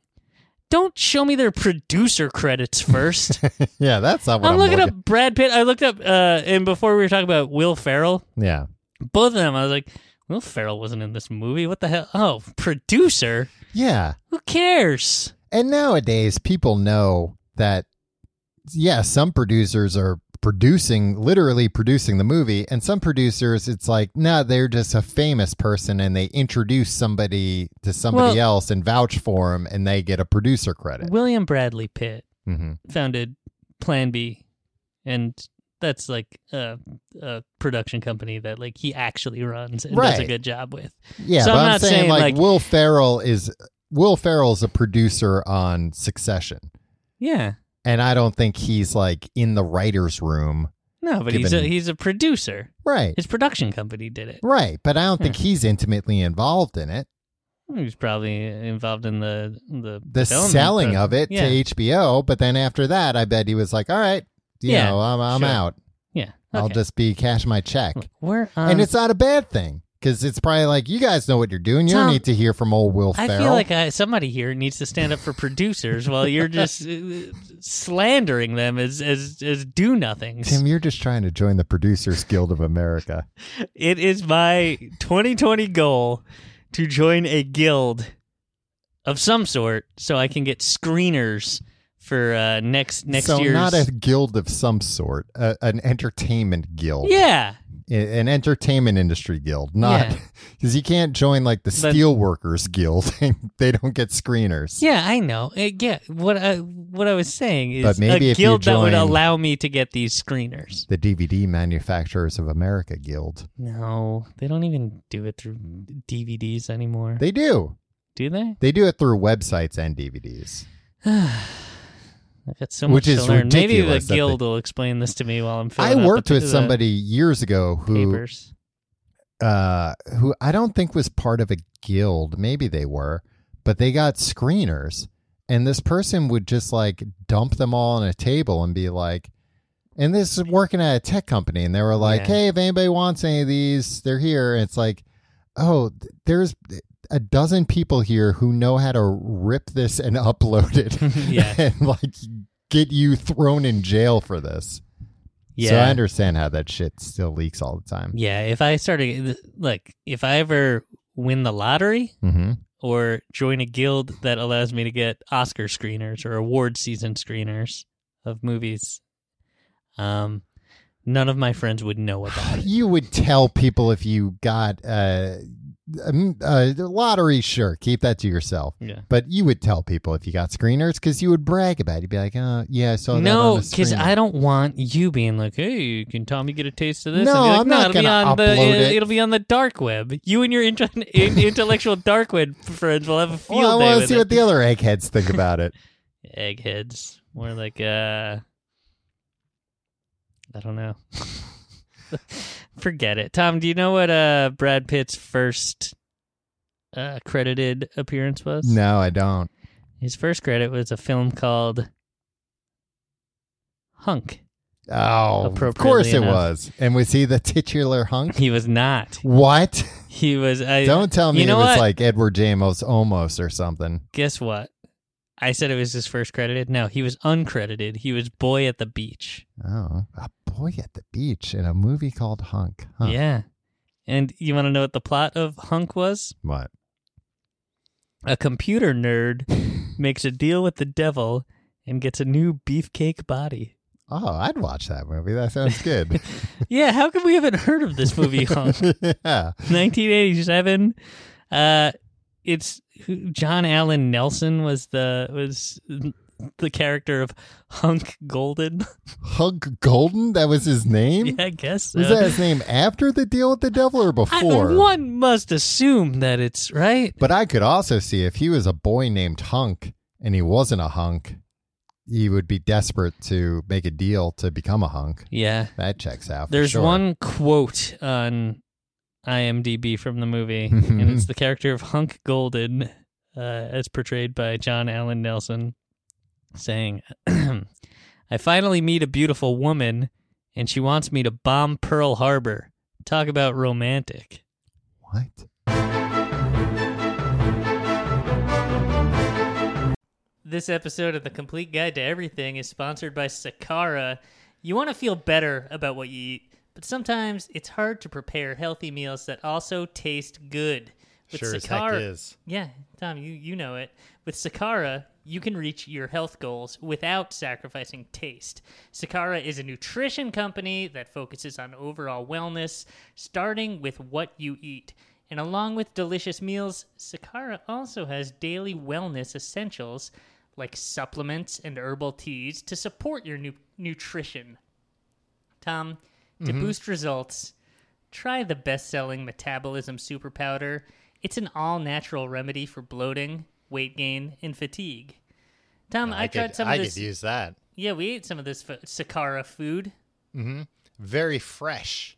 Speaker 3: don't show me their producer credits first.
Speaker 2: yeah, that's not what I'm,
Speaker 3: I'm looking up Brad Pitt. I looked up, uh, and before we were talking about Will Ferrell,
Speaker 2: Yeah,
Speaker 3: both of them, I was like, Will Ferrell wasn't in this movie. What the hell? Oh, producer?
Speaker 2: yeah.
Speaker 3: Who cares?
Speaker 2: And nowadays, people know that, yeah, some producers are producing, literally producing the movie, and some producers, it's like, no, they're just a famous person and they introduce somebody to somebody
Speaker 3: Well-
Speaker 2: else and vouch for them and they get a producer credit.
Speaker 3: William Bradley Pitt.
Speaker 2: hmm
Speaker 3: founded Plan B, and that's like a, a production company that like he actually runs and does a
Speaker 2: Right.
Speaker 3: good job with.
Speaker 2: Yeah,
Speaker 3: So
Speaker 2: but
Speaker 3: I'm
Speaker 2: I'm,
Speaker 3: not
Speaker 2: saying,
Speaker 3: saying,
Speaker 2: like,
Speaker 3: like-
Speaker 2: Will Ferrell is Will Ferrell's a producer on Succession,
Speaker 3: Yeah,
Speaker 2: and I don't think he's like in the writers' room,
Speaker 3: no, but he's a
Speaker 2: Given-
Speaker 3: he's a producer.
Speaker 2: right?
Speaker 3: His production company did it.
Speaker 2: Right, but I don't
Speaker 3: Yeah.
Speaker 2: think he's intimately involved in it.
Speaker 3: He was probably involved in the the
Speaker 2: the
Speaker 3: development
Speaker 2: selling
Speaker 3: pro-
Speaker 2: of it
Speaker 3: Yeah,
Speaker 2: to HBO. But then after that, I bet he was like, "All right, you
Speaker 3: Yeah,
Speaker 2: know, I'm, I'm
Speaker 3: sure.
Speaker 2: out.
Speaker 3: yeah.
Speaker 2: I'll
Speaker 3: okay.
Speaker 2: just be cash my check."
Speaker 3: we're um, on
Speaker 2: and it's not a bad thing because it's probably like you guys know what you're doing. You don't
Speaker 3: Tom,
Speaker 2: need to hear from old Will
Speaker 3: I
Speaker 2: Ferrell.
Speaker 3: feel like I, somebody here needs to stand up for producers while you're just uh, slandering them as as as do nothings.
Speaker 2: Tim, you're just trying to join the Producers Guild of America.
Speaker 3: It is my 2020 goal to join a guild of some sort so I can get screeners for uh, next next
Speaker 2: so
Speaker 3: year's.
Speaker 2: not a guild of some sort, a, an entertainment guild,
Speaker 3: yeah,
Speaker 2: A- an entertainment industry guild, not
Speaker 3: Yeah.
Speaker 2: because you can't join like the
Speaker 3: But-
Speaker 2: Steelworkers Guild and they don't get screeners.
Speaker 3: yeah, I know. Uh, yeah, what I what I was saying is
Speaker 2: But maybe
Speaker 3: a
Speaker 2: if you
Speaker 3: guild that would
Speaker 2: join-
Speaker 3: allow me to get these screeners.
Speaker 2: The DVD Manufacturers of America Guild.
Speaker 3: No, they don't even do it through DVDs anymore.
Speaker 2: They do.
Speaker 3: do they?
Speaker 2: They do it through websites and DVDs.
Speaker 3: I've got so
Speaker 2: Which
Speaker 3: much
Speaker 2: is
Speaker 3: to learn. Maybe the
Speaker 2: ridiculous that they-
Speaker 3: guild will explain this to me while I'm filling
Speaker 2: I
Speaker 3: out the-
Speaker 2: worked with
Speaker 3: the
Speaker 2: somebody years ago who
Speaker 3: papers.
Speaker 2: uh, who I don't think was part of a guild. Maybe they were, but they got screeners, and this person would just like dump them all on a table and be like, and this is working at a tech company, and they were like,
Speaker 3: Yeah.
Speaker 2: hey, if anybody wants any of these, they're here. And it's like, oh, th- there's a dozen people here who know how to rip this and upload it,
Speaker 3: Yeah.
Speaker 2: and like get you thrown in jail for this.
Speaker 3: Yeah.
Speaker 2: So I understand how that shit still leaks all the time.
Speaker 3: Yeah, if I started like if I ever win the lottery
Speaker 2: Mm-hmm.
Speaker 3: or join a guild that allows me to get Oscar screeners or award season screeners of movies, um, none of my friends would know about it.
Speaker 2: you would tell people if you got uh, a, a lottery sure keep that to yourself
Speaker 3: Yeah.
Speaker 2: but you would tell people if you got screeners because you would brag about it you'd be like oh yeah i saw that
Speaker 3: no,
Speaker 2: because
Speaker 3: because I don't want you being like, "Hey, can Tommy get a taste of this?"
Speaker 2: No,
Speaker 3: I'd
Speaker 2: I'm
Speaker 3: be like,
Speaker 2: not
Speaker 3: it'll be
Speaker 2: gonna
Speaker 3: on the
Speaker 2: upload it."
Speaker 3: will be on the dark web. You and your inter- in- intellectual dark web friends will have a field
Speaker 2: well, Oh, I
Speaker 3: day
Speaker 2: want to
Speaker 3: with
Speaker 2: see
Speaker 3: it.
Speaker 2: what the other eggheads think about it.
Speaker 3: eggheads. More like uh I don't know. Forget it. Tom, do you know what uh Brad Pitt's first uh credited appearance was?
Speaker 2: No, I don't.
Speaker 3: His first credit was a film called Hunk.
Speaker 2: Oh, of
Speaker 3: Appropriately
Speaker 2: course it
Speaker 3: enough.
Speaker 2: was. And was he the titular hunk?
Speaker 3: He was not.
Speaker 2: What?
Speaker 3: He was I
Speaker 2: Don't tell me
Speaker 3: You know
Speaker 2: it was
Speaker 3: what?
Speaker 2: like Edward Jamos almost or something.
Speaker 3: guess what? I said it was his first credited. No, he was uncredited. He was boy at the beach.
Speaker 2: Oh, a boy at the beach in a movie called Hunk. Huh.
Speaker 3: Yeah. And you want to know what the plot of Hunk was?
Speaker 2: What?
Speaker 3: A computer nerd makes a deal with the devil and gets a new beefcake body.
Speaker 2: Oh, I'd watch that movie. That sounds good.
Speaker 3: Yeah, how come we haven't heard of this movie, Hunk?
Speaker 2: yeah.
Speaker 3: 1987. Uh, it's who- John Allen Nelson was the was the character of Hunk Golden.
Speaker 2: Hug Golden? That was his name?
Speaker 3: yeah, I guess so.
Speaker 2: Was that his name after the deal with the devil or
Speaker 3: I-
Speaker 2: before?
Speaker 3: one must assume that it's right.
Speaker 2: But I could also see if he was a boy named Hunk and he wasn't a hunk, he would be desperate to make a deal to become a hunk.
Speaker 3: Yeah.
Speaker 2: That checks out. for
Speaker 3: There's
Speaker 2: sure.
Speaker 3: one quote on IMDb from the movie, and it's the character of Hunk Golden, uh, as portrayed by John Allen Nelson, saying, I finally meet a beautiful woman, and she wants me to bomb Pearl Harbor. Talk about romantic.
Speaker 2: What?
Speaker 3: This episode of The Complete Guide to Everything is sponsored by Sakara. You want to feel better about what you eat, but sometimes it's hard to prepare healthy meals that also taste good. With Sakara, Yeah, Tom, you, you know it. With Sakara, you can reach your health goals without sacrificing taste. Sakara is a nutrition company that focuses on overall wellness, starting with what you eat. And along with delicious meals, Sakara also has daily wellness essentials like supplements and herbal teas to support your nu- nutrition. Tom, to boost results, try the best selling metabolism super powder. It's an all natural remedy for bloating, weight gain, and fatigue. Tom, Um, Oh, I, tried some of this.
Speaker 2: use that.
Speaker 3: yeah, we ate some of this f- Sakara food.
Speaker 2: Very fresh.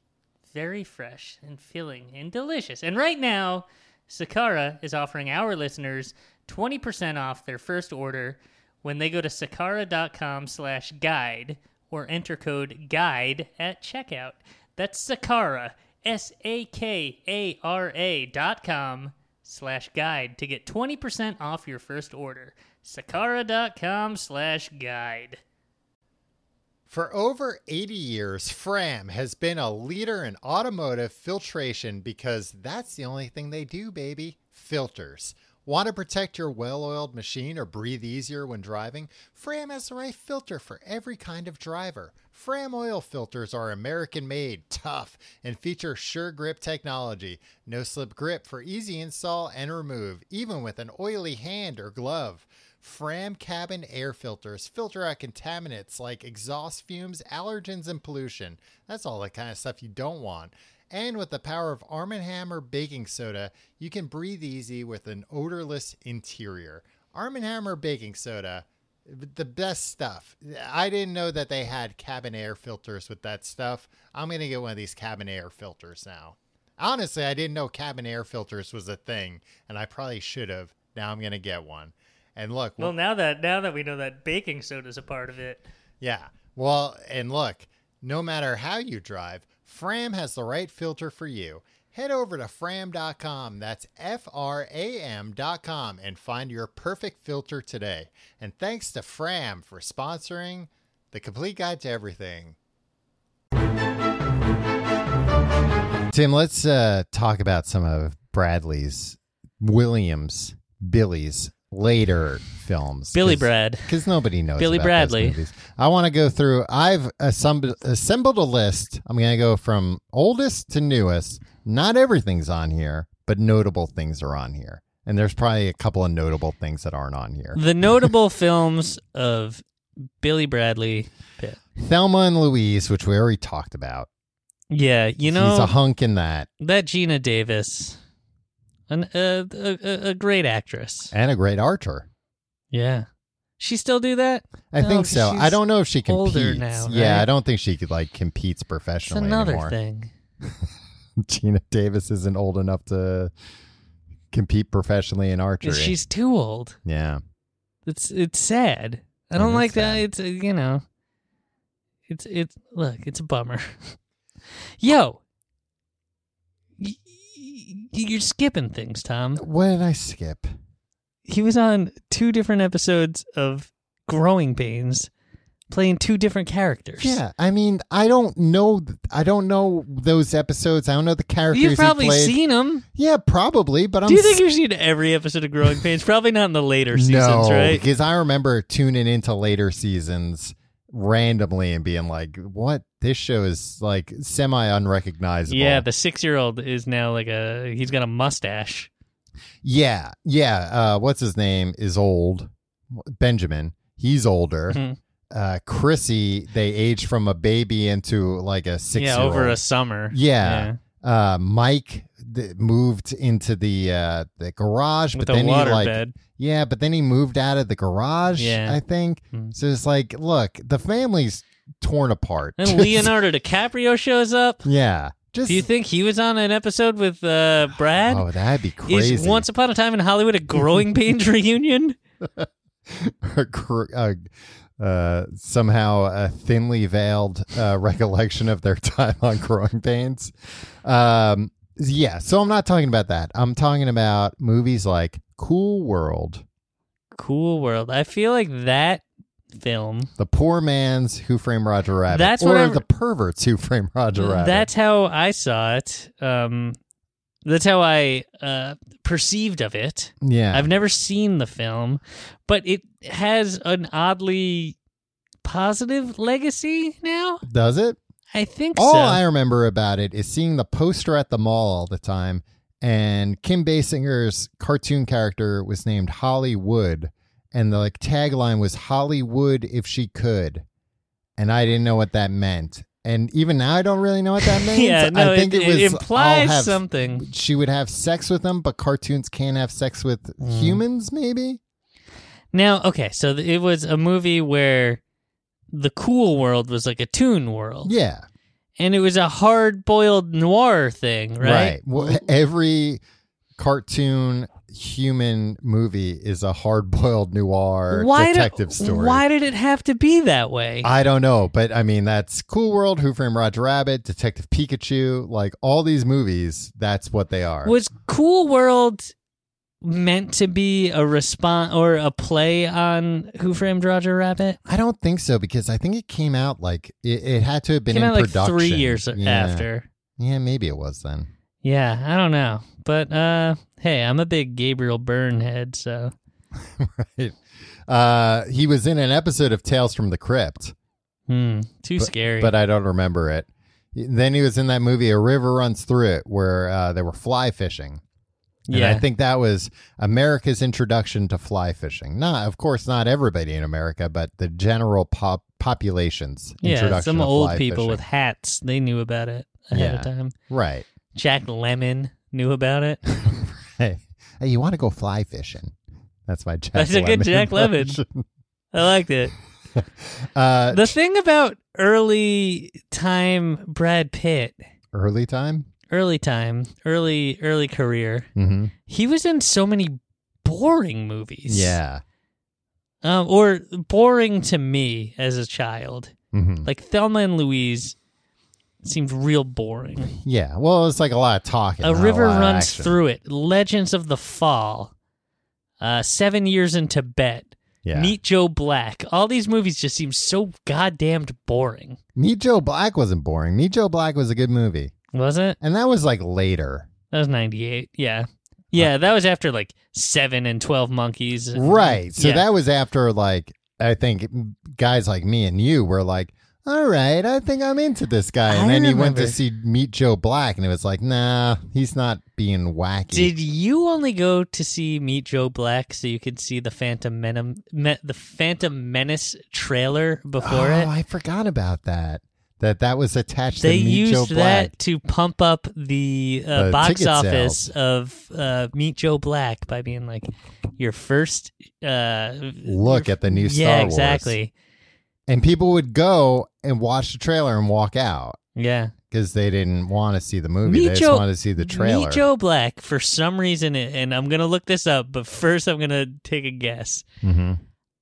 Speaker 3: Very fresh and filling and delicious. And right now, Sakara is offering our listeners 20% off their first order when they go to sakara.com slash guide or enter code guide at checkout. That's Sakara, S A K A R A dot com slash guide to get 20% off your first order. Sakara dot com slash guide.
Speaker 2: For over 80 years, Fram has been a leader in automotive filtration because that's the only thing they do, baby. Filters. Want to protect your well oiled machine or breathe easier when driving? Fram has the right filter for every kind of driver. Fram oil filters are American made, tough, and feature sure grip technology. No slip grip for easy install and remove, even with an oily hand or glove. Fram cabin air filters filter out contaminants like exhaust fumes, allergens, and pollution. That's all the kind of stuff you don't want. And with the power of Arm & Hammer baking soda, you can breathe easy with an odorless interior. Arm & Hammer baking soda, the best stuff. I didn't know that they had cabin air filters with that stuff. I'm going to get one of these cabin air filters now. Honestly, I didn't know cabin air filters was a thing, and I probably should have. Now I'm going to get one. And look,
Speaker 3: Well, now that now that we know that baking soda's a part of it,
Speaker 2: yeah. Well, and look, no matter how you drive, Fram has the right filter for you. Head over to fram.com, that's F R A M.com, and find your perfect filter today. And thanks to Fram for sponsoring the complete guide to everything. Tim, let's uh, talk about some of Bradley's, Williams, Billy's later films.
Speaker 3: Billy
Speaker 2: 'Cause-
Speaker 3: Brad.
Speaker 2: because nobody knows
Speaker 3: Billy
Speaker 2: about those
Speaker 3: Bradley.
Speaker 2: movies. I want to go through. I've assembled assembled a list. I'm going to go from oldest to newest. Not everything's on here, but notable things are on here, and there's probably a couple of notable things that aren't on here.
Speaker 3: The notable films of Billy Bradley Pitt.
Speaker 2: Thelma and Louise, which we already talked about.
Speaker 3: Yeah, you
Speaker 2: he's a
Speaker 3: know
Speaker 2: hunk in that,
Speaker 3: that Gina Davis, an, uh, a, a, a great actress.
Speaker 2: and a great archer.
Speaker 3: Yeah, she still do that.
Speaker 2: I
Speaker 3: No,
Speaker 2: think so. I
Speaker 3: she's
Speaker 2: don't know if she competes.
Speaker 3: older now,
Speaker 2: Yeah,
Speaker 3: right?
Speaker 2: I don't think she could like competes
Speaker 3: It's
Speaker 2: professionally
Speaker 3: another
Speaker 2: anymore.
Speaker 3: thing.
Speaker 2: Gina Davis isn't old enough to compete professionally in archery.
Speaker 3: She's too old.
Speaker 2: yeah.
Speaker 3: It's it's sad. I
Speaker 2: It
Speaker 3: don't
Speaker 2: is
Speaker 3: like
Speaker 2: Mm, sad.
Speaker 3: that. It's uh, you know, it's it's look. It's a bummer. Yo, y- y- you're skipping things, Tom.
Speaker 2: What did I skip?
Speaker 3: he was on two different episodes of Growing Pains, playing two different characters.
Speaker 2: Yeah, I mean, I don't know. I don't know those episodes. I don't know the characters.
Speaker 3: you've probably
Speaker 2: he played.
Speaker 3: seen him.
Speaker 2: Yeah, probably. But I'm.
Speaker 3: Do you think
Speaker 2: s-
Speaker 3: you've seen every episode of Growing Pains? probably not in the later
Speaker 2: no,
Speaker 3: seasons, right?
Speaker 2: because I remember tuning into later seasons randomly and being like, "What? This show is like semi unrecognizable."
Speaker 3: Yeah, the six-year-old is now like a he's got a mustache.
Speaker 2: yeah, yeah. Uh, what's his name is old. Benjamin. He's older.
Speaker 3: Mhm.
Speaker 2: Uh, Chrissy, they age from a baby into like a six.
Speaker 3: Yeah, over a summer.
Speaker 2: Yeah. uh, Mike th- moved into the uh, the garage,
Speaker 3: with
Speaker 2: but
Speaker 3: a
Speaker 2: then he
Speaker 3: water
Speaker 2: like
Speaker 3: bed.
Speaker 2: yeah, but then he moved out of the garage.
Speaker 3: Yeah.
Speaker 2: I think
Speaker 3: Hmm.
Speaker 2: so. It's like, look, the family's torn apart.
Speaker 3: Then Leonardo DiCaprio shows up.
Speaker 2: yeah, just
Speaker 3: Do you think he was on an episode with uh, Brad?
Speaker 2: oh, that'd be
Speaker 3: is
Speaker 2: crazy.
Speaker 3: Once Upon a Time in Hollywood a Growing Pains reunion?
Speaker 2: A cr- uh, uh, somehow a thinly veiled uh, recollection of their time on Growing Pains. Um, yeah, so I'm not talking about that. I'm talking about movies like Cool World.
Speaker 3: Cool World. I feel like that film.
Speaker 2: The poor man's Who Framed Roger Rabbit.
Speaker 3: That's
Speaker 2: or
Speaker 3: what I-
Speaker 2: the pervert's Who Framed Roger Rabbit.
Speaker 3: That's how I saw it. Um, that's how I uh, perceived of it.
Speaker 2: yeah.
Speaker 3: I've never seen the film, but it has an oddly positive legacy now.
Speaker 2: Does it?
Speaker 3: I think
Speaker 2: All
Speaker 3: so.
Speaker 2: I remember about it is seeing the poster at the mall all the time, and Kim Basinger's cartoon character was named Holly Wood, and the like tagline was Hollywood if she could, and I didn't know what that meant, and even now I don't really know what that means.
Speaker 3: yeah, no,
Speaker 2: I think it,
Speaker 3: it,
Speaker 2: was
Speaker 3: it implies
Speaker 2: I'll have-
Speaker 3: something.
Speaker 2: She would have sex with them, but cartoons can't have sex with
Speaker 3: Mm.
Speaker 2: humans. Maybe
Speaker 3: Now, okay, so th- it was a movie where the cool world was like a toon world.
Speaker 2: yeah.
Speaker 3: And it was a hard boiled noir thing, right?
Speaker 2: Well, every e-, cartoon human movie is a hard boiled noir
Speaker 3: Why did-
Speaker 2: detective story.
Speaker 3: Why did it have to be that way?
Speaker 2: I don't know, but I mean that's Cool World, Who Framed Roger Rabbit, Detective Pikachu, like all these movies. That's what they are.
Speaker 3: Was Cool World meant to be a response or a play on Who Framed Roger Rabbit?
Speaker 2: I don't think so because I think it came out like it, it had to have been
Speaker 3: Came
Speaker 2: in
Speaker 3: out like
Speaker 2: production
Speaker 3: three years
Speaker 2: Yeah.
Speaker 3: after.
Speaker 2: Yeah, maybe it was then.
Speaker 3: Yeah, I don't know, but uh, hey, I'm a big Gabriel Byrne head, so
Speaker 2: right. Uh, he was in an episode of Tales from the Crypt,
Speaker 3: hmm, too scary.
Speaker 2: but I don't remember it. Then he was in that movie A River Runs Through It, where uh, they were fly fishing. And
Speaker 3: yeah,
Speaker 2: I think that was America's introduction to fly fishing. Not, of course, not everybody in America, but the general pop population's
Speaker 3: yeah,
Speaker 2: introduction
Speaker 3: some
Speaker 2: to
Speaker 3: old
Speaker 2: fly
Speaker 3: people
Speaker 2: fishing.
Speaker 3: with hats they knew about it ahead of
Speaker 2: Yeah.
Speaker 3: time.
Speaker 2: right.
Speaker 3: Jack Lemon knew about it.
Speaker 2: Hey, hey, you want to go fly fishing? That's my Jack.
Speaker 3: That's a good
Speaker 2: Lemmon
Speaker 3: Jack Lemmon.
Speaker 2: impression.
Speaker 3: I liked it.
Speaker 2: Uh,
Speaker 3: The thing about early time Brad Pitt,
Speaker 2: early time.
Speaker 3: early time, early early career,
Speaker 2: Mm-hmm.
Speaker 3: he was in so many boring movies.
Speaker 2: Yeah.
Speaker 3: um, or boring to me as a child.
Speaker 2: Mm-hmm.
Speaker 3: Like Thelma and Louise seemed real boring.
Speaker 2: Yeah, well, it's like a lot of talking.
Speaker 3: a
Speaker 2: not
Speaker 3: river
Speaker 2: lot of
Speaker 3: runs
Speaker 2: action.
Speaker 3: through it. Legends of the Fall. Uh, Seven Years in Tibet.
Speaker 2: Yeah. Meet-,
Speaker 3: Meet Joe Black. All these movies just seem so goddamned boring.
Speaker 2: Joe Black wasn't boring. Meet Joe Black was a good movie,
Speaker 3: Was it?
Speaker 2: and that was like later,
Speaker 3: That was 98. Yeah. Yeah, that was after like 7 and 12 Monkeys. and-
Speaker 2: right? So
Speaker 3: Yeah.
Speaker 2: that was after like I think guys like me and you were like, "All right, I think I'm into this guy," and
Speaker 3: I
Speaker 2: then you went to
Speaker 3: remember.
Speaker 2: see Meet Joe Black, and it was like, "Nah, he's not being wacky."
Speaker 3: Did you only go to see Meet Joe Black so you could see the Phantom Menem, Me- the Phantom Menace trailer before
Speaker 2: oh,
Speaker 3: it?
Speaker 2: I forgot about that. That that was attached
Speaker 3: They
Speaker 2: to Meet
Speaker 3: used
Speaker 2: Joe Black.
Speaker 3: that to pump up the uh,
Speaker 2: The
Speaker 3: box
Speaker 2: ticket
Speaker 3: office of uh, Meet Joe Black by being like your first uh,
Speaker 2: Look at the new Star
Speaker 3: yeah,
Speaker 2: Wars.
Speaker 3: exactly.
Speaker 2: and people would go and watch the trailer and walk out.
Speaker 3: Yeah,
Speaker 2: because they didn't want to see the movie.
Speaker 3: Meet
Speaker 2: they just
Speaker 3: Joe-
Speaker 2: wanted to see the trailer.
Speaker 3: Meet Joe Black for some reason, and I'm gonna look this up, but first I'm gonna take a guess.
Speaker 2: hmm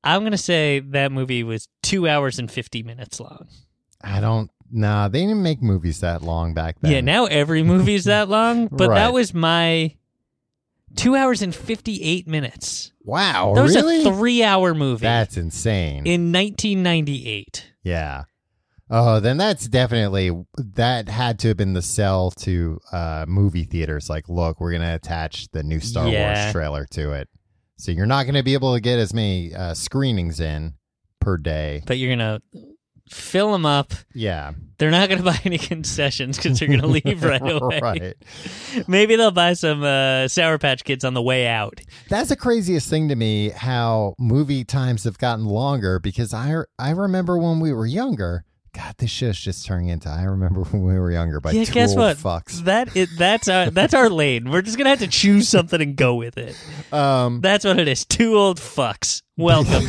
Speaker 3: I'm gonna say that movie was two hours and fifty minutes long.
Speaker 2: I don't. Nah, they didn't make movies that long back then.
Speaker 3: Yeah, now every movie's that long, but
Speaker 2: Right.
Speaker 3: that was my two hours and fifty-eight minutes.
Speaker 2: Wow,
Speaker 3: that was
Speaker 2: Oh, really?
Speaker 3: a three-hour movie
Speaker 2: That's insane.
Speaker 3: in 1998.
Speaker 2: yeah. Oh, then that's definitely that had to have been the sell to uh, movie theaters. Like, look, we're gonna attach the new Star
Speaker 3: Yeah.
Speaker 2: Wars trailer to it, so you're not gonna be able to get as many uh, screenings in per day.
Speaker 3: But you're gonna fill them up.
Speaker 2: Yeah,
Speaker 3: They're not gonna buy any concessions because they're gonna leave right away.
Speaker 2: right.
Speaker 3: Maybe they'll buy some uh, Sour Patch Kids on the way out.
Speaker 2: That's the craziest thing to me how movie times have gotten longer because I I remember when we were younger. God, this show's just turning into I remember when we were younger by
Speaker 3: yeah,
Speaker 2: two
Speaker 3: guess
Speaker 2: old
Speaker 3: what?
Speaker 2: fucks.
Speaker 3: That is, that's our that's our lane. We're just gonna have to choose something and go with it.
Speaker 2: Um,
Speaker 3: That's what it is. Two old fucks. Welcome.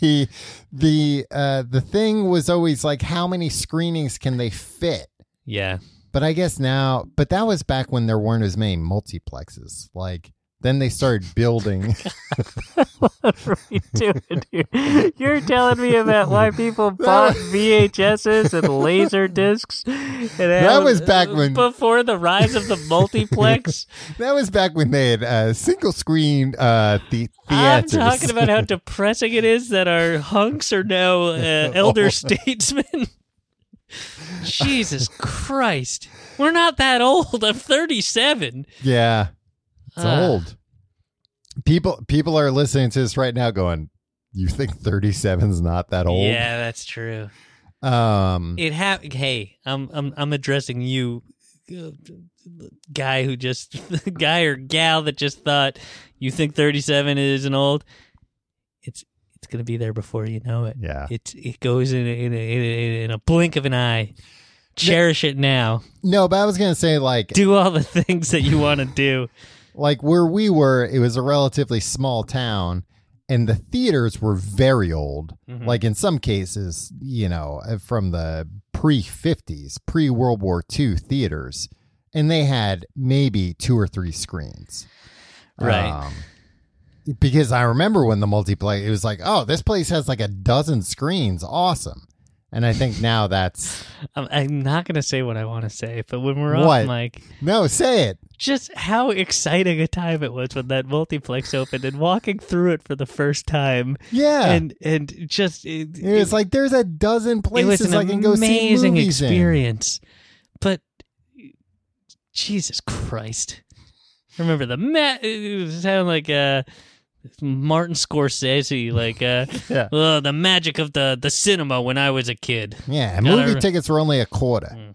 Speaker 2: the the uh, the thing was always like how many screenings can they fit?
Speaker 3: yeah.
Speaker 2: But I guess now, but that was back when there weren't as many multiplexes. Like then they started building.
Speaker 3: What are you doing here? You're telling me about why people bought VHSs and laser discs. And
Speaker 2: That was back when-
Speaker 3: before the rise of the multiplex.
Speaker 2: that was back when they had uh, single screen uh, the
Speaker 3: I'm
Speaker 2: theaters.
Speaker 3: talking about how depressing it is that our hunks are now uh, elder statesmen. Jesus Christ, we're not that old. I'm 37.
Speaker 2: Yeah. It's
Speaker 3: Ah.
Speaker 2: old. People people are listening to this right now going, You think 37's not that old?
Speaker 3: Yeah, that's true.
Speaker 2: Um
Speaker 3: It ha- Hey, I'm I'm I'm addressing you, uh, guy who just guy or gal that just thought you think 37 isn't old. It's it's gonna be there before you know it.
Speaker 2: Yeah.
Speaker 3: It it goes in a, in a, in a, in a blink of an eye. Cherish it now.
Speaker 2: No, but I was gonna say like
Speaker 3: Do all the things that you want to do.
Speaker 2: like where we were, it was a relatively small town and the theaters were very old.
Speaker 3: Mhm.
Speaker 2: Like in some cases, you know, uh, from the pre 50s, pre World War II theaters. And they had maybe two or three screens.
Speaker 3: Right.
Speaker 2: Um, because I remember when the multiplayer, it was like, oh, this place has like a dozen screens. Awesome. And I think now that's
Speaker 3: I'm, I'm not gonna say what I want to say, but when we're off,
Speaker 2: What?
Speaker 3: I'm like,
Speaker 2: no, say it.
Speaker 3: just how exciting a time it was when that multiplex opened and walking through it for the first time,
Speaker 2: Yeah.
Speaker 3: and and just it,
Speaker 2: it was like there's a dozen
Speaker 3: it was
Speaker 2: places
Speaker 3: an
Speaker 2: I can go see
Speaker 3: amazing
Speaker 2: movies in.
Speaker 3: experience. But Jesus Christ, remember the ma- it sound like uh, Martin Scorsese, like uh,
Speaker 2: Yeah.
Speaker 3: "Oh, the magic of the the cinema when I was a kid.
Speaker 2: Yeah,
Speaker 3: Yeah,
Speaker 2: movie
Speaker 3: they're-
Speaker 2: tickets were only a quarter.
Speaker 3: Mm.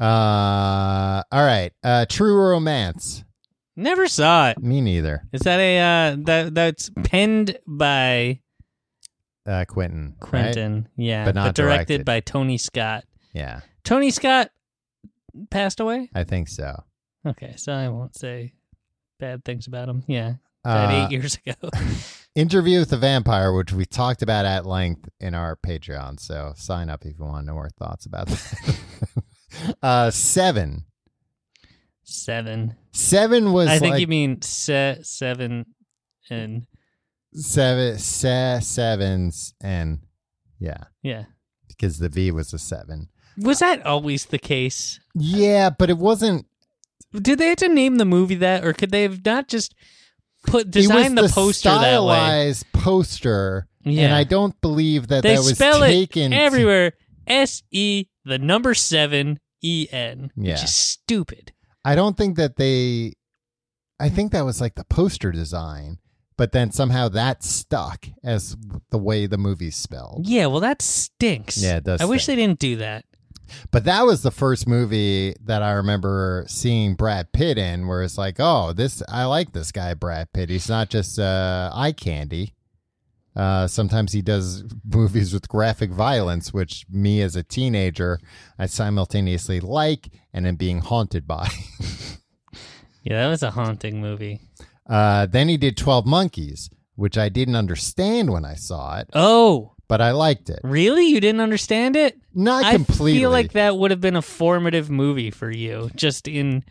Speaker 2: Uh, all right. Uh, True Romance.
Speaker 3: Never saw it.
Speaker 2: Me neither.
Speaker 3: Is that a uh, that that's penned by
Speaker 2: Uh, Quentin. right?
Speaker 3: Quentin? Yeah,
Speaker 2: But not directed.
Speaker 3: directed by Tony Scott.
Speaker 2: Yeah,
Speaker 3: Tony Scott passed away.
Speaker 2: I think so.
Speaker 3: Okay, so I won't say bad things about him. Yeah, died
Speaker 2: Uh,
Speaker 3: eight years ago.
Speaker 2: Interview with the Vampire, which we talked about at length in our Patreon. So sign up if you want to know our thoughts about that. uh, seven.
Speaker 3: Seven.
Speaker 2: Seven was
Speaker 3: I think
Speaker 2: like
Speaker 3: you mean se- seven and
Speaker 2: seven, se- sevens, and yeah,
Speaker 3: yeah.
Speaker 2: because the V was a seven.
Speaker 3: Was that always the case?
Speaker 2: Yeah, but it wasn't.
Speaker 3: Did they have to name the movie that, or could they have not just put design
Speaker 2: it
Speaker 3: the
Speaker 2: was
Speaker 3: poster that way?
Speaker 2: stylized poster, and
Speaker 3: Yeah.
Speaker 2: I don't believe that
Speaker 3: They
Speaker 2: that was
Speaker 3: spell
Speaker 2: taken
Speaker 3: it everywhere. S E the number seven E N,
Speaker 2: Yeah.
Speaker 3: which is stupid.
Speaker 2: I don't think that they. I think that was like the poster design, but then somehow that stuck as the way the movie's spelled.
Speaker 3: Yeah, well, that stinks.
Speaker 2: Yeah, it does
Speaker 3: I wish they
Speaker 2: stink.
Speaker 3: didn't do that.
Speaker 2: But that was the first movie that I remember seeing Brad Pitt in, where it's like, oh, this I like this guy Brad Pitt. He's not just uh, eye candy. Uh, sometimes he does movies with graphic violence, which me as a teenager I simultaneously like and am being haunted by.
Speaker 3: Yeah, that was a haunting movie.
Speaker 2: Uh, then he did 12 Monkeys, which I didn't understand when I saw it,
Speaker 3: Oh,
Speaker 2: but I liked it.
Speaker 3: really? You didn't understand it?
Speaker 2: Not completely.
Speaker 3: feel like that would have been a formative movie for you, just in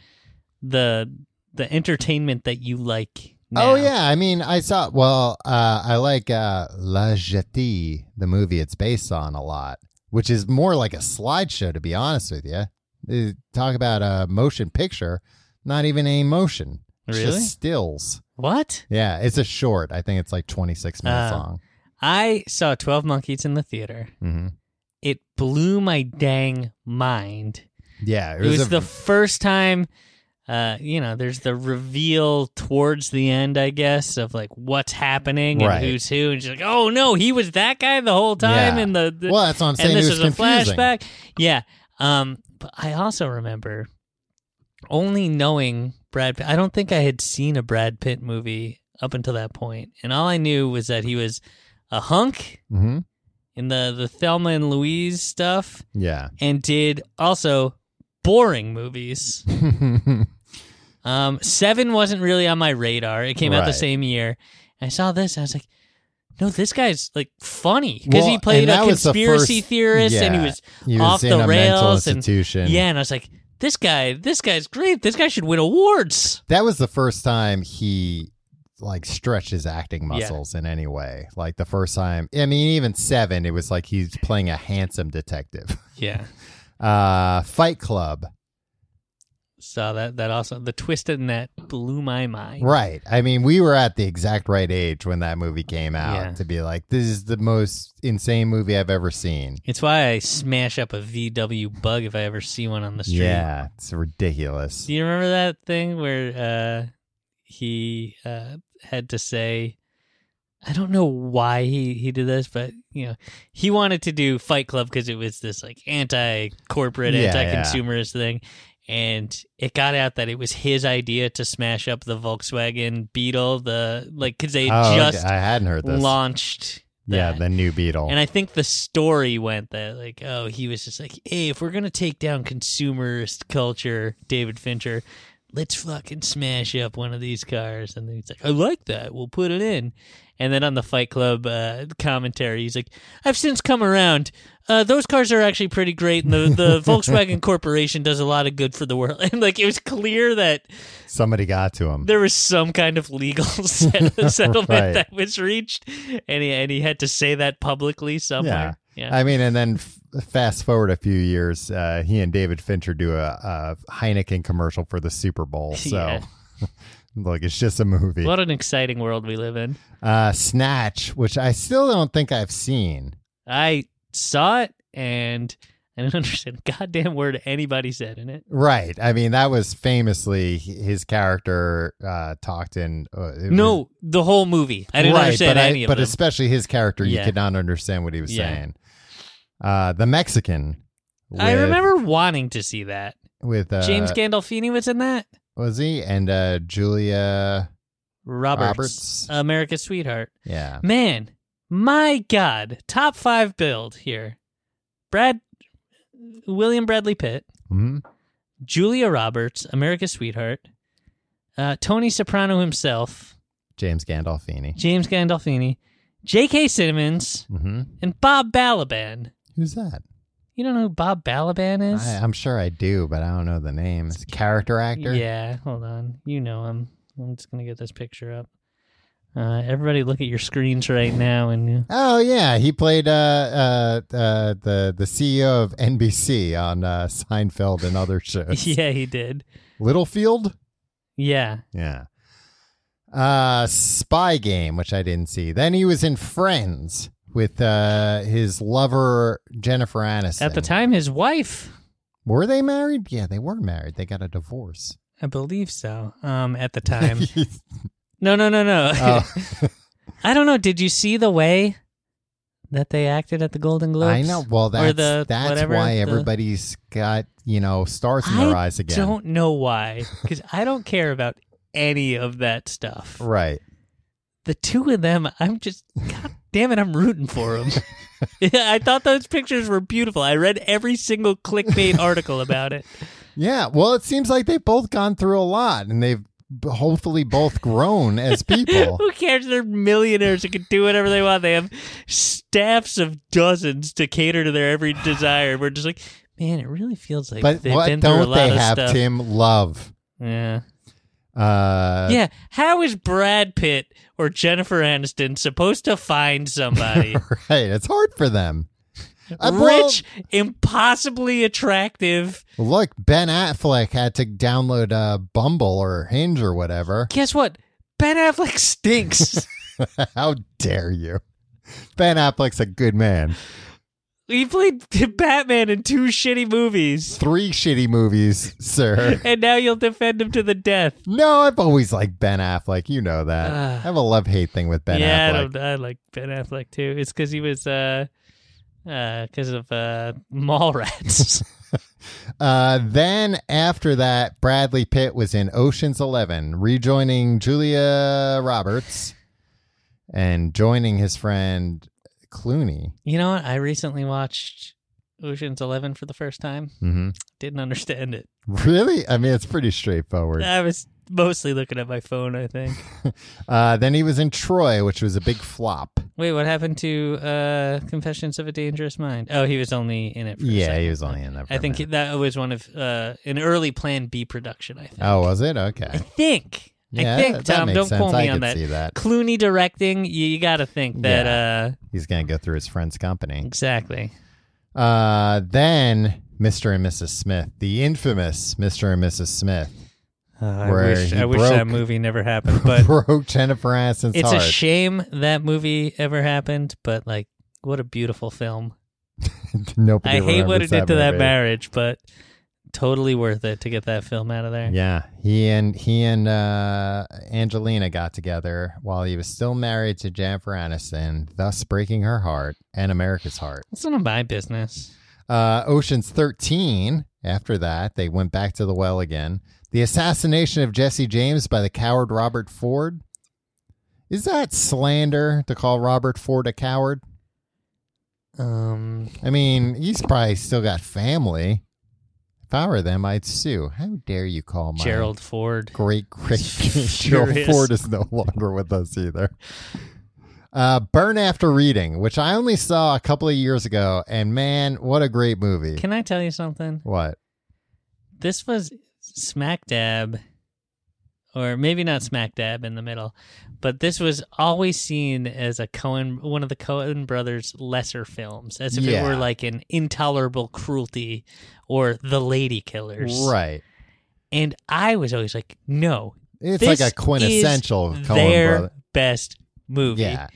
Speaker 3: the the entertainment that you like. now.
Speaker 2: Oh yeah, I mean, I saw. Well, uh, I like uh, La Jetée, the movie it's based on, a lot, which is more like a slideshow. To be honest with you, Uh, talk about a motion picture, not even a motion, It's
Speaker 3: Really?
Speaker 2: just stills.
Speaker 3: What?
Speaker 2: Yeah, it's a short. I think it's like twenty six minutes
Speaker 3: Ah.
Speaker 2: long.
Speaker 3: I saw Twelve Monkeys in the theater.
Speaker 2: hmm
Speaker 3: It blew my dang mind.
Speaker 2: Yeah,
Speaker 3: It was,
Speaker 2: a-
Speaker 3: the first time, uh, you know, there's the reveal towards the end, I guess, of like what's happening and
Speaker 2: Right.
Speaker 3: who's who. And she's like, oh no, he was that guy the whole time.
Speaker 2: Yeah.
Speaker 3: And the, the
Speaker 2: well, that's what I'm saying.
Speaker 3: and this
Speaker 2: it was
Speaker 3: is a
Speaker 2: confusing.
Speaker 3: flashback. Yeah. Um, but I also remember only knowing Brad Pitt. I don't think I had seen a Brad Pitt movie up until that point, and all I knew was that he was a hunk
Speaker 2: hmm
Speaker 3: in the the Thelma and Louise stuff,
Speaker 2: Yeah.
Speaker 3: and did also boring movies. Um, Seven wasn't really on my radar. It came out the
Speaker 2: Right.
Speaker 3: same year. And I saw this, and I was like, "No, this guy's like funny because
Speaker 2: Well,
Speaker 3: he
Speaker 2: and
Speaker 3: played a
Speaker 2: that was the
Speaker 3: conspiracy
Speaker 2: first-
Speaker 3: theorist, and he
Speaker 2: yeah.
Speaker 3: was
Speaker 2: He was
Speaker 3: Off
Speaker 2: in
Speaker 3: the
Speaker 2: a mental
Speaker 3: rails and-
Speaker 2: institution.
Speaker 3: Yeah, and I was like, this guy, this guy's great. This guy should win awards.
Speaker 2: that was the first time he like stretched his acting muscles in any way. Like the first time, I mean, even seven, it was like he's playing a handsome detective.
Speaker 3: Yeah.
Speaker 2: Uh, Fight Club,
Speaker 3: Saw that that also the twist in that blew my mind.
Speaker 2: right? I mean, we were at the exact right age when that movie came out
Speaker 3: Yeah.
Speaker 2: to be like, this is the most insane movie I've ever seen.
Speaker 3: It's why I smash up a VW bug if I ever see one on the street.
Speaker 2: Yeah, it's ridiculous.
Speaker 3: Do you remember that thing where uh, he uh, had to say I don't know why he, he did this, but you know, he wanted to do Fight Club because it was this like anti corporate,
Speaker 2: Yeah,
Speaker 3: anti consumerist thing. And it got out that it was his idea to smash up the Volkswagen Beetle, the like because they
Speaker 2: Oh,
Speaker 3: just
Speaker 2: I hadn't heard this.
Speaker 3: launched.
Speaker 2: yeah,
Speaker 3: that.
Speaker 2: the new Beetle.
Speaker 3: And I think the story went that like, oh, he was just like, hey, if we're gonna take down consumerist culture, David Fincher, let's fucking smash up one of these cars. And then he's like, I like that. We'll put it in. And then on the Fight Club uh, commentary, he's like, "I've since come around. Uh, those cars are actually pretty great, and the the Volkswagen Corporation does a lot of good for the world." And like, it was clear that
Speaker 2: Somebody got to him.
Speaker 3: there was some kind of legal set- settlement
Speaker 2: Right.
Speaker 3: that was reached, and he and he had to say that publicly somewhere. Yeah,
Speaker 2: I mean, and then f- fast forward a few years, uh, he and David Fincher do a, a Heineken commercial for the Super Bowl. So,
Speaker 3: Yeah.
Speaker 2: look, it's just a movie.
Speaker 3: what an exciting world we live in.
Speaker 2: Uh, Snatch, which I still don't think I've seen.
Speaker 3: I saw it and I didn't understand a goddamn word anybody said in it.
Speaker 2: Right. I mean, that was famously his character uh, talked in. Uh, it was-
Speaker 3: No, the whole movie. I didn't
Speaker 2: right,
Speaker 3: understand
Speaker 2: but I-
Speaker 3: any of
Speaker 2: But
Speaker 3: them.
Speaker 2: especially his character,
Speaker 3: Yeah.
Speaker 2: you could not understand what he was
Speaker 3: Yeah.
Speaker 2: saying. Uh, the Mexican.
Speaker 3: I
Speaker 2: with-
Speaker 3: remember wanting to see that.
Speaker 2: with uh,
Speaker 3: James Gandolfini was in that.
Speaker 2: was he and uh, Julia
Speaker 3: Roberts,
Speaker 2: Roberts.
Speaker 3: America's Sweetheart.
Speaker 2: yeah.
Speaker 3: Man, my God, top five build here. Brad, William Bradley Pitt,
Speaker 2: hmm
Speaker 3: Julia Roberts, America's Sweetheart, uh, Tony Soprano himself,
Speaker 2: James Gandolfini.
Speaker 3: James Gandolfini, J.K. Simmons,
Speaker 2: hmm
Speaker 3: and Bob Balaban.
Speaker 2: Who's that?
Speaker 3: You don't know who Bob Balaban is?
Speaker 2: I, I'm sure I do, but I don't know the name. It's a character actor.
Speaker 3: Yeah, hold on. You know him. I'm just gonna get this picture up. Uh, everybody, look at your screens right now, and
Speaker 2: Oh yeah, he played uh, uh, uh, the the CEO of NBC on uh, Seinfeld and other shows.
Speaker 3: yeah, he did.
Speaker 2: Littlefield.
Speaker 3: Yeah,
Speaker 2: Yeah. Uh, Spy Game, which I didn't see. Then he was in Friends with uh, his lover Jennifer Aniston.
Speaker 3: at the time, his wife,
Speaker 2: were they married? Yeah, they were married. They got a divorce.
Speaker 3: I believe so. Um, at the time, no, no, no, no.
Speaker 2: Oh.
Speaker 3: I don't know. Did you see the way that they acted at the Golden Globes?
Speaker 2: I know. Well, that's
Speaker 3: the
Speaker 2: that's
Speaker 3: whatever,
Speaker 2: why
Speaker 3: the-
Speaker 2: everybody's got you know stars in their
Speaker 3: I
Speaker 2: eyes again.
Speaker 3: don't know why, because I don't care about any of that stuff.
Speaker 2: Right.
Speaker 3: the two of them, I'm just, god damn it, I'm rooting for them. I thought those pictures were beautiful. I read every single clickbait article about it.
Speaker 2: Yeah. Well, it seems like they've both gone through a lot, and they've b- hopefully both grown as people.
Speaker 3: Who cares? They're millionaires who can do whatever they want. They have staffs of dozens to cater to their every desire. We're just like, man, it really feels like
Speaker 2: But
Speaker 3: they've
Speaker 2: what
Speaker 3: been through a
Speaker 2: don't
Speaker 3: lot
Speaker 2: they
Speaker 3: of
Speaker 2: have,
Speaker 3: stuff.
Speaker 2: Tim? Love.
Speaker 3: Yeah.
Speaker 2: Uh,
Speaker 3: yeah. How is Brad Pitt or Jennifer Aniston supposed to find somebody?
Speaker 2: Right. It's hard for them. Uh, well,
Speaker 3: Rich, impossibly attractive.
Speaker 2: look, Ben Affleck had to download uh, Bumble or Hinge or whatever.
Speaker 3: Guess what? Ben Affleck stinks.
Speaker 2: How dare you? Ben Affleck's a good man.
Speaker 3: He played Batman in two shitty movies,
Speaker 2: Three shitty movies, sir.
Speaker 3: and now you'll defend him to the death.
Speaker 2: No, I've always liked Ben Affleck. You know that.
Speaker 3: Ah.
Speaker 2: I have a love hate thing with Ben
Speaker 3: yeah, I,
Speaker 2: Affleck.
Speaker 3: don't, I like Ben Affleck too. It's because he was, uh, because of uh, Mallrats.
Speaker 2: Uh, then after that, Bradley Pitt was in Ocean's Eleven, rejoining Julia Roberts and joining his friend Clooney.
Speaker 3: you know what? I recently watched Ocean's Eleven for the first time.
Speaker 2: hmm
Speaker 3: Didn't understand it.
Speaker 2: Really? I mean, it's pretty straightforward.
Speaker 3: I was mostly looking at my phone. I think.
Speaker 2: Uh, then he was in Troy, which was a big flop.
Speaker 3: Wait, what happened to uh, Confessions of a Dangerous Mind? Oh, he was only in it. For a
Speaker 2: Yeah, he
Speaker 3: second.
Speaker 2: was only in that. for
Speaker 3: I
Speaker 2: a
Speaker 3: think
Speaker 2: minute.
Speaker 3: that was one of uh, an early Plan B production. I think.
Speaker 2: Oh, was it?
Speaker 3: I
Speaker 2: Okay.
Speaker 3: think.
Speaker 2: Yeah,
Speaker 3: I think
Speaker 2: that- that
Speaker 3: Tom.
Speaker 2: makes
Speaker 3: Don't quote
Speaker 2: sense. I
Speaker 3: me on
Speaker 2: could
Speaker 3: that.
Speaker 2: see that.
Speaker 3: Clooney directing. You, you got to think that. Uh,
Speaker 2: He's gonna go through his friend's company.
Speaker 3: exactly.
Speaker 2: Uh, then Mr. and Mrs. Smith, the infamous Mr. and Mrs. Smith,
Speaker 3: Uh, I
Speaker 2: Where
Speaker 3: wish,
Speaker 2: he
Speaker 3: I wish
Speaker 2: broke-
Speaker 3: that movie never happened. But
Speaker 2: broke Jennifer Aniston's
Speaker 3: it's a
Speaker 2: heart.
Speaker 3: shame that movie ever happened. But like, what a beautiful film.
Speaker 2: Nobody
Speaker 3: I hate what
Speaker 2: remembers
Speaker 3: it did to that
Speaker 2: movie.
Speaker 3: marriage, but totally worth it to get that film out of there.
Speaker 2: Yeah, he and he and uh, Angelina got together while he was still married to Jennifer Aniston, thus breaking her heart and America's heart.
Speaker 3: It's none of my business.
Speaker 2: Uh, Ocean's Thirteen. After that, they went back to the well again. The assassination of Jesse James by the coward Robert Ford. Is that slander to call Robert Ford a coward?
Speaker 3: Um,
Speaker 2: I mean, he's probably still got family. If I were them, I'd sue. How dare you call my
Speaker 3: Gerald Ford.
Speaker 2: great great
Speaker 3: Furious.
Speaker 2: Gerald Ford is no longer with us either. Uh, Burn After Reading, which I only saw a couple of years ago, and man, what a great movie!
Speaker 3: Can I tell you something?
Speaker 2: what?
Speaker 3: This was smack dab, or maybe not smack dab in the middle, but this was always seen as a Cohen, one of the Cohen brothers' lesser films, as if
Speaker 2: Yeah.
Speaker 3: it were like an intolerable cruelty or the Lady Killers.
Speaker 2: Right?
Speaker 3: And I was always like, no,
Speaker 2: It's
Speaker 3: This
Speaker 2: like a quintessential
Speaker 3: is
Speaker 2: Coen
Speaker 3: their
Speaker 2: brother.
Speaker 3: best movie.
Speaker 2: Yeah,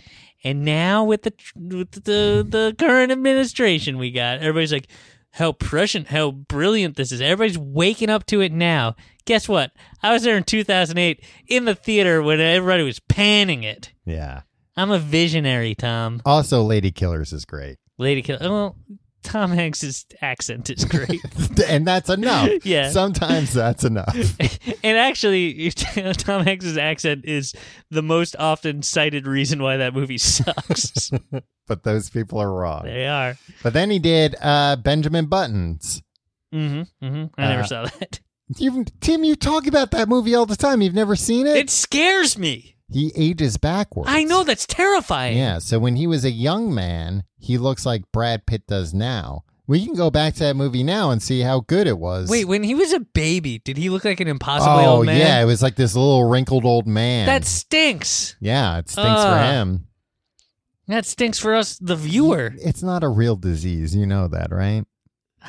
Speaker 3: And now with the with the the current administration we got, everybody's like, how prescient, how brilliant this is. Everybody's waking up to it now. Guess what? I was there in 2008 in the theater when everybody was panning it.
Speaker 2: yeah.
Speaker 3: I'm a visionary, Tom.
Speaker 2: Also, Lady Killers is great,
Speaker 3: Lady Kill. Well, Tom Hanks's accent is great.
Speaker 2: and that's enough.
Speaker 3: Yeah.
Speaker 2: Sometimes that's enough.
Speaker 3: and actually, Tom Hanks's accent is the most often cited reason why that movie sucks.
Speaker 2: but those people are wrong.
Speaker 3: they are.
Speaker 2: But then he did uh, Benjamin Buttons.
Speaker 3: Mm-hmm. mm-hmm. I never
Speaker 2: Uh,
Speaker 3: saw that.
Speaker 2: You, Tim, you talk about that movie all the time. You've never seen it?
Speaker 3: It scares me.
Speaker 2: he ages backwards.
Speaker 3: I know that's terrifying.
Speaker 2: Yeah. So when he was a young man, he looks like Brad Pitt does now. We can go back to that movie now and see how good it was.
Speaker 3: Wait, when he was a baby, did he look like an impossibly
Speaker 2: Oh
Speaker 3: old man?
Speaker 2: yeah, it was like this little wrinkled old man.
Speaker 3: That stinks.
Speaker 2: yeah. It stinks for
Speaker 3: Ugh.
Speaker 2: him.
Speaker 3: That stinks for us, the viewer.
Speaker 2: It's not a real disease. You know that, right?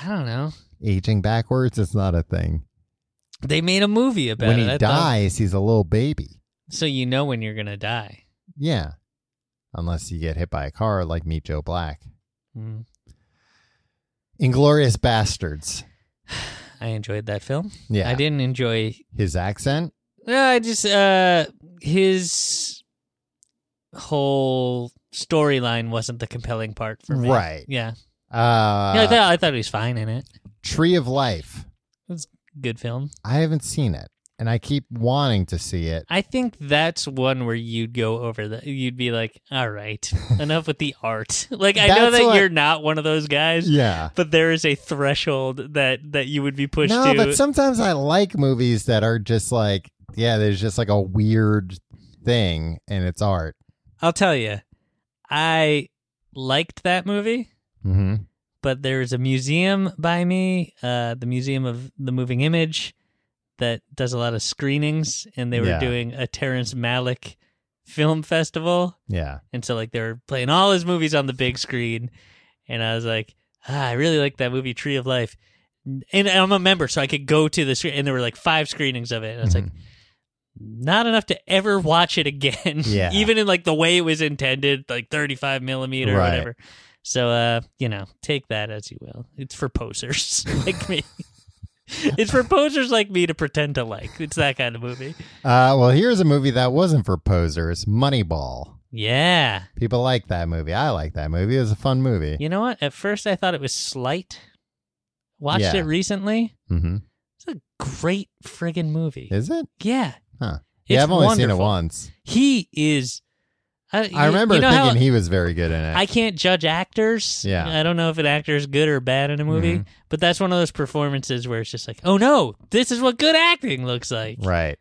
Speaker 3: I don't know.
Speaker 2: Aging backwards is not a thing.
Speaker 3: They made a movie about
Speaker 2: when
Speaker 3: it.
Speaker 2: he
Speaker 3: I thought-
Speaker 2: dies, he's a little baby.
Speaker 3: so you know when you're gonna die.
Speaker 2: Yeah. Unless you get hit by a car like me, Joe Black.
Speaker 3: Mm.
Speaker 2: Inglorious Bastards.
Speaker 3: I enjoyed that film.
Speaker 2: Yeah.
Speaker 3: I didn't enjoy.
Speaker 2: His accent?
Speaker 3: No, I just uh, his whole storyline wasn't the compelling part for me.
Speaker 2: Right.
Speaker 3: Yeah.
Speaker 2: Uh,
Speaker 3: yeah I thought I thought he was fine in it.
Speaker 2: Tree of Life.
Speaker 3: Good film.
Speaker 2: I haven't seen it, and I keep wanting to see it.
Speaker 3: I think that's one where you'd go over the. You'd be like, "All right, enough with the art." Like I know
Speaker 2: That's
Speaker 3: that
Speaker 2: what-
Speaker 3: you're not one of those guys,
Speaker 2: Yeah.
Speaker 3: but there is a threshold that that you would be pushed
Speaker 2: No,
Speaker 3: to.
Speaker 2: but sometimes I like movies that are just like, yeah, there's just like a weird thing, and it's art.
Speaker 3: I'll tell you, I liked that movie,
Speaker 2: Mm-hmm.
Speaker 3: but there's a museum by me, uh, the Museum of the Moving Image, that does a lot of screenings, and they were
Speaker 2: Yeah.
Speaker 3: doing a Terrence Malick film festival.
Speaker 2: Yeah.
Speaker 3: And so like they were playing all his movies on the big screen, and I was like, ah, I really like that movie Tree of Life, and I'm a member, so I could go to the screen. And there were like five screenings of it, and I was
Speaker 2: Mm-hmm.
Speaker 3: like, not enough to ever watch it again,
Speaker 2: Yeah.
Speaker 3: even in like the way it was intended, like 35 millimeter or
Speaker 2: Right.
Speaker 3: whatever. So uh, you know, take that as you will. It's for posers like me. it's for posers like me to pretend to like. It's that kind of movie.
Speaker 2: Uh, well, here's a movie that wasn't for posers Moneyball.
Speaker 3: Yeah.
Speaker 2: People like that movie. I like that movie. It was a fun movie.
Speaker 3: You know what? At first, I thought it was slight. Watched
Speaker 2: Yeah.
Speaker 3: it recently.
Speaker 2: Mm-hmm.
Speaker 3: It's a great friggin' movie.
Speaker 2: Is it?
Speaker 3: yeah.
Speaker 2: Huh.
Speaker 3: It's
Speaker 2: yeah, I've only seen it
Speaker 3: wonderful.
Speaker 2: once.
Speaker 3: He is. uh,
Speaker 2: I
Speaker 3: you-
Speaker 2: remember
Speaker 3: you know
Speaker 2: thinking
Speaker 3: how
Speaker 2: he was very good in it.
Speaker 3: I can't judge actors.
Speaker 2: Yeah.
Speaker 3: I don't know if an actor is good or bad in a movie,
Speaker 2: Mhm.
Speaker 3: but that's one of those performances where it's just like, oh no, this is what good acting looks like.
Speaker 2: right.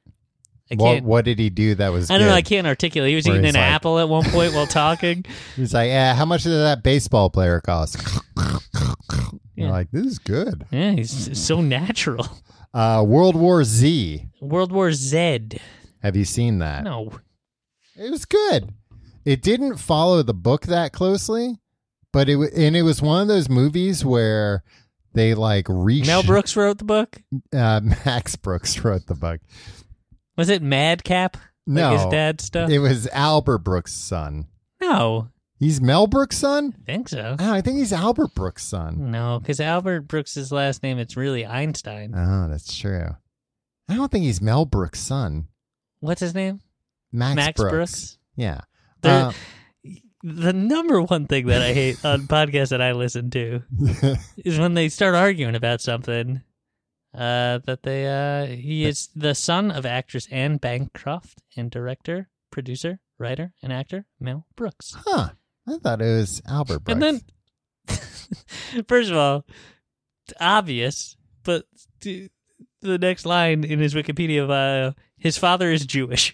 Speaker 3: I
Speaker 2: What,
Speaker 3: can't.
Speaker 2: what did he do that was
Speaker 3: I don't
Speaker 2: good?
Speaker 3: know. I can't articulate. He was
Speaker 2: Where
Speaker 3: eating an
Speaker 2: he's like-
Speaker 3: apple at one point while talking.
Speaker 2: He's like, yeah, how much did that baseball player cost? You're
Speaker 3: Yeah.
Speaker 2: like, this is good.
Speaker 3: yeah, he's so natural.
Speaker 2: Uh, World War Z.
Speaker 3: World War Z.
Speaker 2: Have you seen that?
Speaker 3: No.
Speaker 2: It was good. It didn't follow the book that closely, but it wa- and it was one of those movies where they like reach.
Speaker 3: Mel Brooks wrote the book.
Speaker 2: Uh, Max Brooks wrote the book.
Speaker 3: Was it Madcap? Like
Speaker 2: No,
Speaker 3: his dad's stuff?
Speaker 2: it was Albert Brooks' son.
Speaker 3: no.
Speaker 2: He's Mel Brooks' son.
Speaker 3: I think so.
Speaker 2: Oh, I think he's Albert Brooks' son.
Speaker 3: No, because Albert Brooks' last name, it's really Einstein.
Speaker 2: Oh, that's true. I don't think he's Mel Brooks' son.
Speaker 3: What's his name?
Speaker 2: Max,
Speaker 3: Max
Speaker 2: Brooks.
Speaker 3: Brooks.
Speaker 2: Yeah.
Speaker 3: There- The number one thing that I hate on podcasts that I listen to
Speaker 2: Uh,
Speaker 3: is when they start arguing about something. Uh, that they uh, he is the son of actress Anne Bancroft and director, producer, writer, and actor Mel Brooks.
Speaker 2: huh. I thought it was Albert Brooks.
Speaker 3: And then, first of all, it's obvious, but the the next line in his Wikipedia bio, his father is Jewish.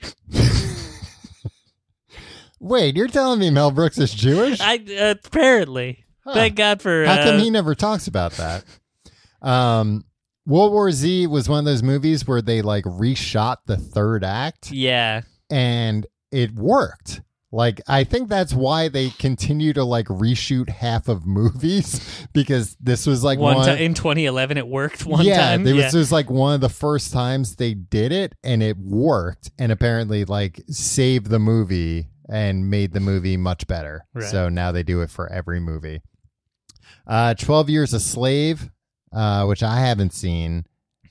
Speaker 2: Wait, you're telling me Mel Brooks is Jewish?
Speaker 3: I apparently.
Speaker 2: Huh.
Speaker 3: Thank God for.
Speaker 2: How come
Speaker 3: uh,
Speaker 2: he never talks about that? Um, World War Z was one of those movies where they like reshot the third act
Speaker 3: Yeah.
Speaker 2: and it worked. Like I think that's why they continue to like reshoot half of movies because this was like
Speaker 3: one
Speaker 2: one
Speaker 3: time in 2011, it worked one
Speaker 2: yeah,
Speaker 3: time.
Speaker 2: it was
Speaker 3: yeah.
Speaker 2: just like one of the first times they did it, and it worked, and apparently like saved the movie and made the movie much better.
Speaker 3: Right.
Speaker 2: So now they do it for every movie. Uh, Twelve Years a Slave, uh, which I haven't seen,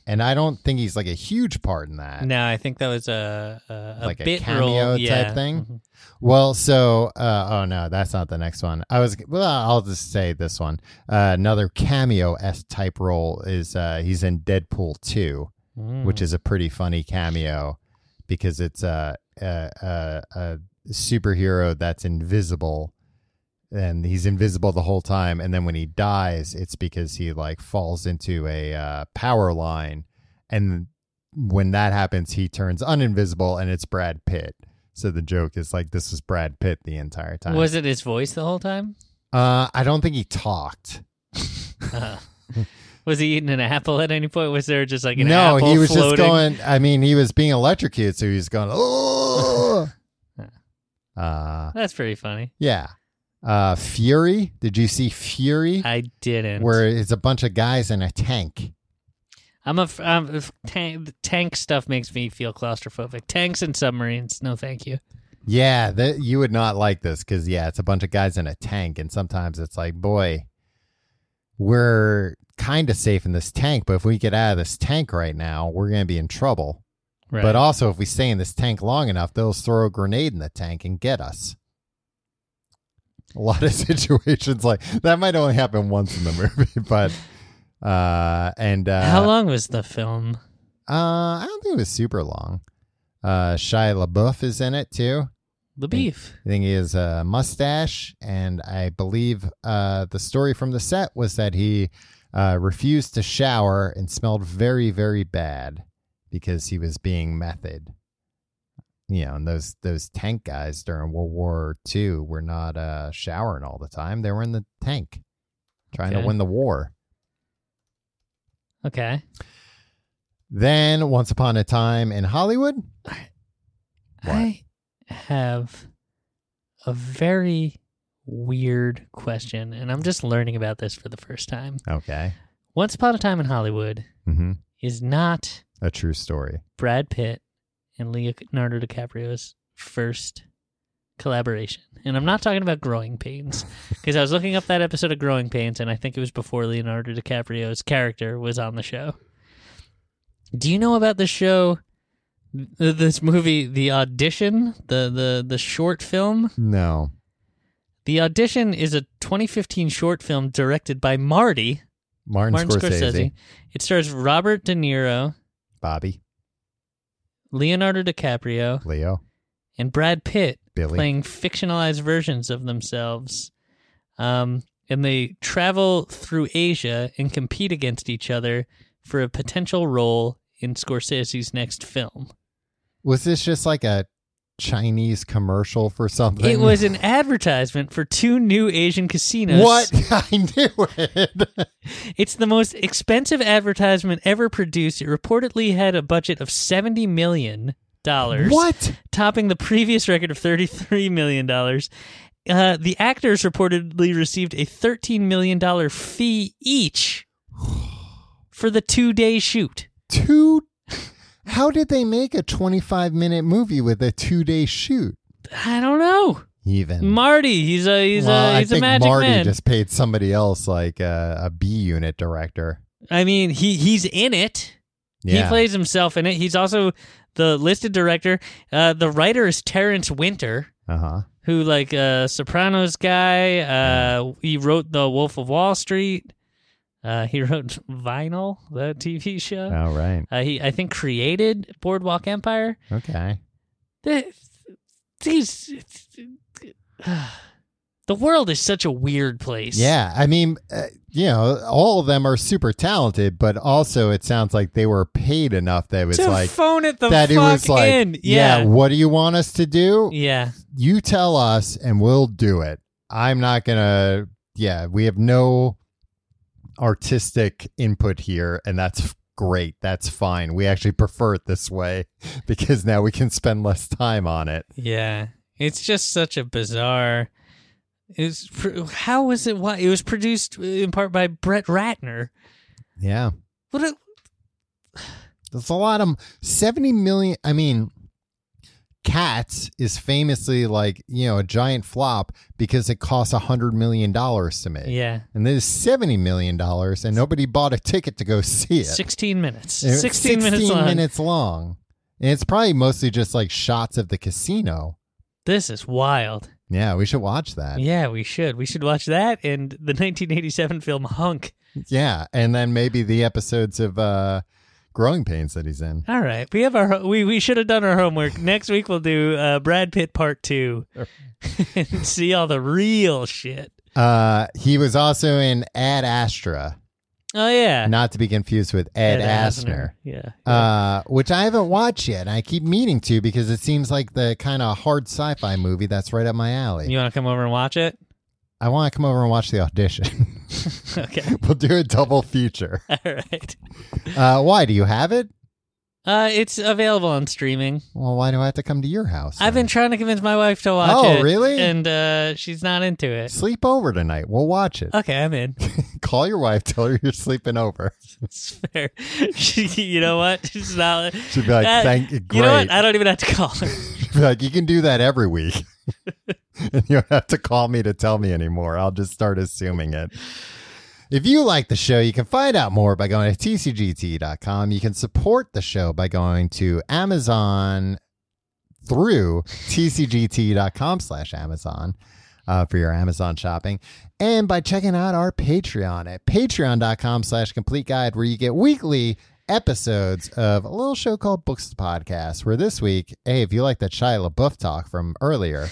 Speaker 2: and I don't think he's like a huge part in that.
Speaker 3: no, I think that was a, a, a
Speaker 2: Like a
Speaker 3: bit
Speaker 2: cameo
Speaker 3: role.
Speaker 2: type
Speaker 3: yeah.
Speaker 2: thing?
Speaker 3: Mhm.
Speaker 2: Well, so uh, oh no, that's not the next one. I was well, I'll just say this one. Uh, another cameo s type role is uh, he's in Deadpool two.
Speaker 3: Mm.
Speaker 2: which is a pretty funny cameo because it's a a, a, a superhero that's invisible and he's invisible the whole time and then when he dies it's because he like falls into a uh, power line and when that happens he turns uninvisible and it's Brad Pitt so the joke is like this is Brad Pitt the entire time
Speaker 3: was it his voice the whole time?
Speaker 2: uh I don't think he talked
Speaker 3: Uh, was he eating an apple at any point? Was there just like an
Speaker 2: no
Speaker 3: apple
Speaker 2: he was
Speaker 3: floating?
Speaker 2: just going I mean he was being electrocuted so he was going oh uh
Speaker 3: That's pretty funny.
Speaker 2: Yeah. Uh Fury. Did you see Fury?
Speaker 3: I didn't.
Speaker 2: Where it's a bunch of guys in a tank.
Speaker 3: I'm a f- I'm a f- tank, tank stuff makes me feel claustrophobic. Tanks and submarines, no thank you.
Speaker 2: Yeah, that you would not like this because yeah, it's a bunch of guys in a tank, and sometimes it's like, boy, we're kind of safe in this tank, but if we get out of this tank right now, we're gonna be in trouble.
Speaker 3: Right.
Speaker 2: But also, if we stay in this tank long enough, they'll throw a grenade in the tank and get us. A lot of situations like that might only happen once in the movie, but uh, and uh,
Speaker 3: How long was the film?
Speaker 2: Uh, I don't think it was super long. Uh, Shia LaBeouf is in it too.
Speaker 3: The beef.
Speaker 2: I think he has a uh, mustache, and I believe uh, the story from the set was that he uh, refused to shower and smelled very, very bad because he was being method. You know, and those those tank guys during World War II were not uh, showering all the time; they were in the tank trying to
Speaker 3: Okay.
Speaker 2: win the war.
Speaker 3: Okay.
Speaker 2: Then, once upon a time in Hollywood, What?
Speaker 3: I have a very weird question, and I'm just learning about this for the first time.
Speaker 2: okay,
Speaker 3: Once Upon a Time in Hollywood
Speaker 2: hmm
Speaker 3: is not
Speaker 2: a true story.
Speaker 3: Brad Pitt and Leonardo DiCaprio's first collaboration. And I'm not talking about Growing Pains because I was looking up that episode of Growing Pains and I think it was before Leonardo DiCaprio's character was on the show. Do you know about the show th- this movie The Audition, the the the short film?
Speaker 2: No.
Speaker 3: The Audition is a 2015 short film directed by Marty
Speaker 2: Martin,
Speaker 3: Martin
Speaker 2: Scorsese,
Speaker 3: Scorsese. It stars Robert De Niro,
Speaker 2: Bobby,
Speaker 3: Leonardo DiCaprio,
Speaker 2: Leo,
Speaker 3: and Brad Pitt
Speaker 2: Billy.
Speaker 3: playing fictionalized versions of themselves. Um, and they travel through Asia and compete against each other for a potential role in Scorsese's next film.
Speaker 2: Was this just like a Chinese commercial for something?
Speaker 3: It was an advertisement for two new Asian casinos.
Speaker 2: What? I knew it.
Speaker 3: It's the most expensive advertisement ever produced. It reportedly had a budget of 70 million dollars.
Speaker 2: what?
Speaker 3: topping the previous record of $33 million. Uh, the actors reportedly received a $13 million fee each for the two day shoot.
Speaker 2: Two. How did they make a 25 minute movie with a two day shoot?
Speaker 3: I don't know.
Speaker 2: Even.
Speaker 3: Marty, he's a he's
Speaker 2: well,
Speaker 3: a he's
Speaker 2: I think
Speaker 3: a magic
Speaker 2: Marty
Speaker 3: man.
Speaker 2: just paid somebody else, like uh, a B unit director.
Speaker 3: I mean, he he's in it.
Speaker 2: Yeah.
Speaker 3: He plays himself in it. He's also the listed director. Uh, the writer is Terrence Winter.
Speaker 2: Uh huh.
Speaker 3: who like uh Sopranos guy.
Speaker 2: Mm.
Speaker 3: Uh he wrote The Wolf of Wall Street. Uh he wrote Vinyl, the TV show.
Speaker 2: All Oh, right.
Speaker 3: Uh, he I think created Boardwalk Empire.
Speaker 2: Okay.
Speaker 3: Th- These the, The world is such a weird place.
Speaker 2: Yeah, I mean, uh, you know, all of them are super talented, but also it sounds like they were paid enough that it was
Speaker 3: to
Speaker 2: like
Speaker 3: phone it the
Speaker 2: that.
Speaker 3: fuck
Speaker 2: It was like,
Speaker 3: in.
Speaker 2: yeah,
Speaker 3: Yeah.
Speaker 2: what do you want us to do?
Speaker 3: Yeah.
Speaker 2: You tell us, and we'll do it. I'm not gonna. Yeah, we have no artistic input here, and that's great. That's fine. We actually prefer it this way because now we can spend less time on it.
Speaker 3: Yeah. It's just such a bizarre. It's pr- how was it? Why it was produced in part by Brett Ratner.
Speaker 2: Yeah.
Speaker 3: What? A,
Speaker 2: That's a lot of 70 million. I mean, Cats is famously like, you know, a giant flop because it cost $100 million to make.
Speaker 3: yeah.
Speaker 2: And this is $70 million, and nobody bought a ticket to go see it.
Speaker 3: Sixteen minutes.
Speaker 2: And it's
Speaker 3: Sixteen, minutes
Speaker 2: 16
Speaker 3: long.
Speaker 2: minutes long. And it's probably mostly just like shots of the casino.
Speaker 3: This is wild.
Speaker 2: Yeah, we should watch that.
Speaker 3: Yeah, we should. We should watch that and the 1987 film Hunk.
Speaker 2: Yeah. And then maybe the episodes of uh, Growing Pains that he's in.
Speaker 3: All right, we have our we we should have done our homework. Next week we'll do uh, Brad Pitt Part Two and see all the real shit.
Speaker 2: Uh, he was also in Ad Astra.
Speaker 3: Oh yeah,
Speaker 2: not to be confused with Ed, Asner,
Speaker 3: Yeah,
Speaker 2: uh, which I haven't watched yet. And I keep meaning to because it seems like the kind of hard sci-fi movie that's right up my alley.
Speaker 3: you want to come over and watch it?
Speaker 2: I want to come over and watch the audition.
Speaker 3: Okay,
Speaker 2: we'll do a double feature.
Speaker 3: all right.
Speaker 2: Uh, why do you have it?
Speaker 3: Uh, it's available on streaming.
Speaker 2: Well, why do I have to come to your house?
Speaker 3: I've
Speaker 2: then?
Speaker 3: been trying to convince my wife to watch
Speaker 2: Oh,
Speaker 3: it.
Speaker 2: really?
Speaker 3: And uh, she's not into it.
Speaker 2: sleep over tonight. We'll watch it.
Speaker 3: Okay, I'm in.
Speaker 2: Call your wife. Tell her you're sleeping over.
Speaker 3: It's fair. She, you know what? She's not.
Speaker 2: She'd be like,
Speaker 3: That-
Speaker 2: "Thank you,
Speaker 3: You know what?
Speaker 2: great."
Speaker 3: I don't even have to call her.
Speaker 2: She'd be like, you can do that every week. and you don't have to call me to tell me anymore. I'll just start assuming it. If you like the show, you can find out more by going to tcgt.com. You can support the show by going to Amazon through tcgt.com slash Amazon uh, for your Amazon shopping and by checking out our Patreon at patreon.com slash complete guide where you get weekly episodes of a little show called Books to Podcast where this week, hey, if you like that Shia LaBeouf talk from earlier,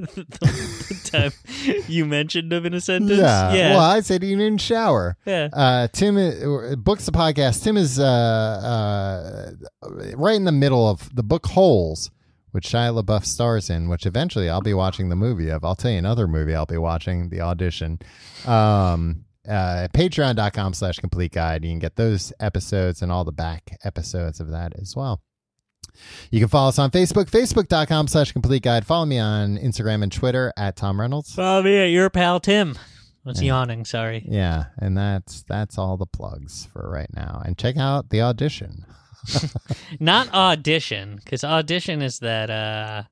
Speaker 3: the time you mentioned him in a sentence.
Speaker 2: yeah,
Speaker 3: Yeah.
Speaker 2: well, I said you didn't shower.
Speaker 3: yeah.
Speaker 2: Uh, Tim uh, books the podcast. Tim is uh, uh, right in the middle of the book Holes, which Shia LaBeouf stars in. Which eventually I'll be watching the movie of. I'll tell you another movie I'll be watching the audition. Um, uh, Patreon.com slash complete guide. You can get those episodes and all the back episodes of that as well. You can follow us on Facebook, facebook.com slash complete guide. Follow me on Instagram and Twitter at Tom Reynolds.
Speaker 3: Follow me at your pal Tim. I was yawning, sorry.
Speaker 2: Yeah, and that's that's all the plugs for right now. And check out the audition.
Speaker 3: Not audition, because audition is that uh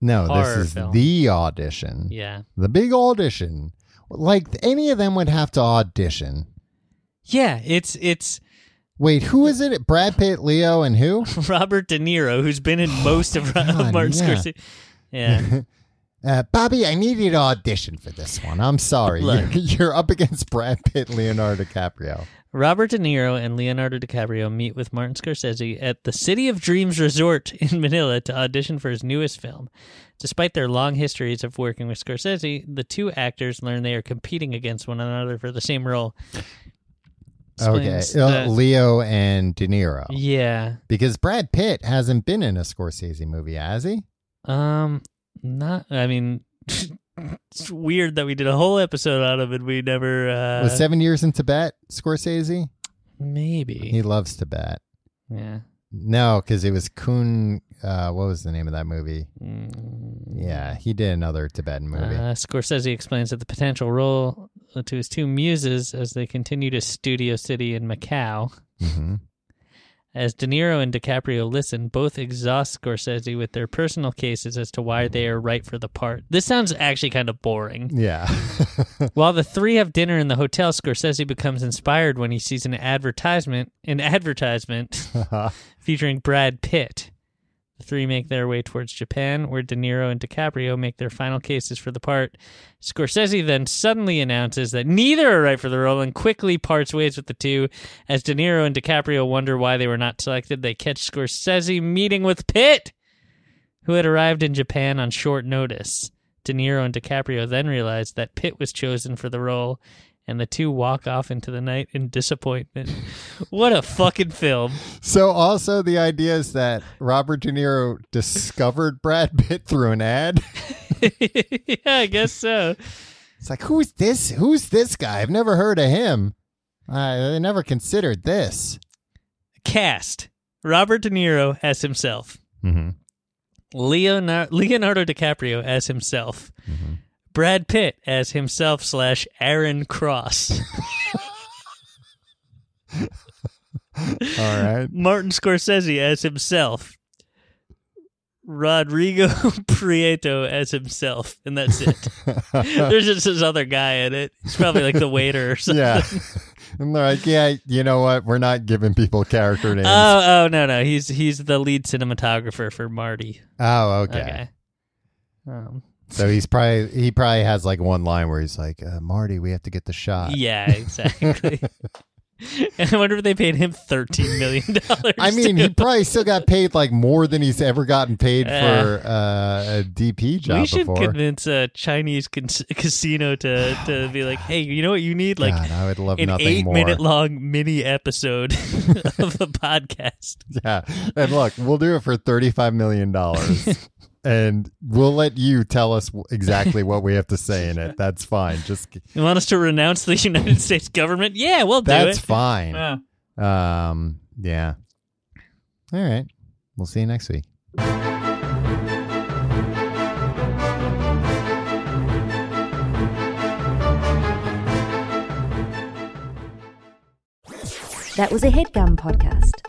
Speaker 2: No,
Speaker 3: Horror
Speaker 2: this is
Speaker 3: film.
Speaker 2: the audition.
Speaker 3: yeah.
Speaker 2: The big audition. Like any of them would have to audition.
Speaker 3: Yeah, it's it's
Speaker 2: Wait, who is it? Brad Pitt, Leo, and who?
Speaker 3: Robert De Niro who's been in most of Ro-
Speaker 2: God,
Speaker 3: Martin
Speaker 2: Oh, yeah.
Speaker 3: Scorsese. Yeah.
Speaker 2: Uh, Bobby, I need you to audition for this one. I'm sorry. You're,
Speaker 3: Look.
Speaker 2: you're up against Brad Pitt, Leonardo DiCaprio.
Speaker 3: Robert De Niro and Leonardo DiCaprio meet with Martin Scorsese at the City of Dreams Resort in Manila to audition for his newest film. Despite their long histories of working with Scorsese, the two actors learn they are competing against one another for the same role.
Speaker 2: Okay,
Speaker 3: Explains
Speaker 2: uh,
Speaker 3: that-
Speaker 2: Leo and De Niro.
Speaker 3: yeah.
Speaker 2: Because Brad Pitt hasn't been in a Scorsese movie, has he?
Speaker 3: Um, not. I mean, it's weird that we did a whole episode out of it. We never. Uh,
Speaker 2: Was Seven Years in Tibet Scorsese? He
Speaker 3: maybe.
Speaker 2: loves Tibet.
Speaker 3: Yeah.
Speaker 2: No, because it was Kun. Uh, what was the name of that movie?
Speaker 3: Mm.
Speaker 2: Yeah, he did another Tibetan movie.
Speaker 3: Uh, Scorsese explains that the potential role to his two muses as they continue to Studio City in Macau.
Speaker 2: Mhm.
Speaker 3: As De Niro and DiCaprio listen, both exhaust Scorsese with their personal cases as to why they are right for the part. This sounds actually kind of boring.
Speaker 2: Yeah.
Speaker 3: While the three have dinner in the hotel, Scorsese becomes inspired when he sees an advertisement, an advertisement featuring Brad Pitt. The three make their way towards Japan, where De Niro and DiCaprio make their final cases for the part. Scorsese then suddenly announces that neither are right for the role and quickly parts ways with the two. As De Niro and DiCaprio wonder why they were not selected, they catch Scorsese meeting with Pitt, who had arrived in Japan on short notice. De Niro and DiCaprio then realize that Pitt was chosen for the role, and the two walk off into the night in disappointment. what a fucking film!
Speaker 2: So also the idea is that Robert De Niro discovered Brad Pitt through an ad.
Speaker 3: yeah, I guess so.
Speaker 2: It's like, who's this? Who's this guy? I've never heard of him. I I never considered this.
Speaker 3: Cast Robert De Niro as himself,
Speaker 2: Mm-hmm.
Speaker 3: Leonardo, Leonardo DiCaprio as himself, Brad Pitt as himself slash Aaron Cross,
Speaker 2: All right.
Speaker 3: Martin Scorsese as himself, Rodrigo Prieto as himself, and that's it. There's just this other guy in it. He's probably like the waiter or something.
Speaker 2: yeah. And they're like, yeah, you know what? We're not giving people character names.
Speaker 3: Oh, oh no, no, he's he's the lead cinematographer for Marty.
Speaker 2: oh, okay.
Speaker 3: Okay. Um,
Speaker 2: So he's probably he probably has like one line where he's like, uh, "Marty, we have to get the shot."
Speaker 3: yeah, exactly. and I wonder if they paid him thirteen million dollars.
Speaker 2: I mean, he probably still got paid like more than he's ever gotten paid for uh, a DP job
Speaker 3: we should
Speaker 2: before.
Speaker 3: convince a Chinese cas- casino to, to be like, hey, you know what you need? Like
Speaker 2: God, I would love
Speaker 3: an
Speaker 2: nothing
Speaker 3: eight
Speaker 2: more.
Speaker 3: minute long mini episode of a podcast.
Speaker 2: Yeah, and look, we'll do it for thirty-five million dollars, and we'll let you tell us w- exactly what we have to say in it. That's fine. Just g-
Speaker 3: You want us to renounce the United States government? Yeah, we'll do
Speaker 2: that's
Speaker 3: it.
Speaker 2: fine.
Speaker 3: Yeah.
Speaker 2: Um, yeah. All right. We'll see you next week.
Speaker 1: That was a headgum podcast.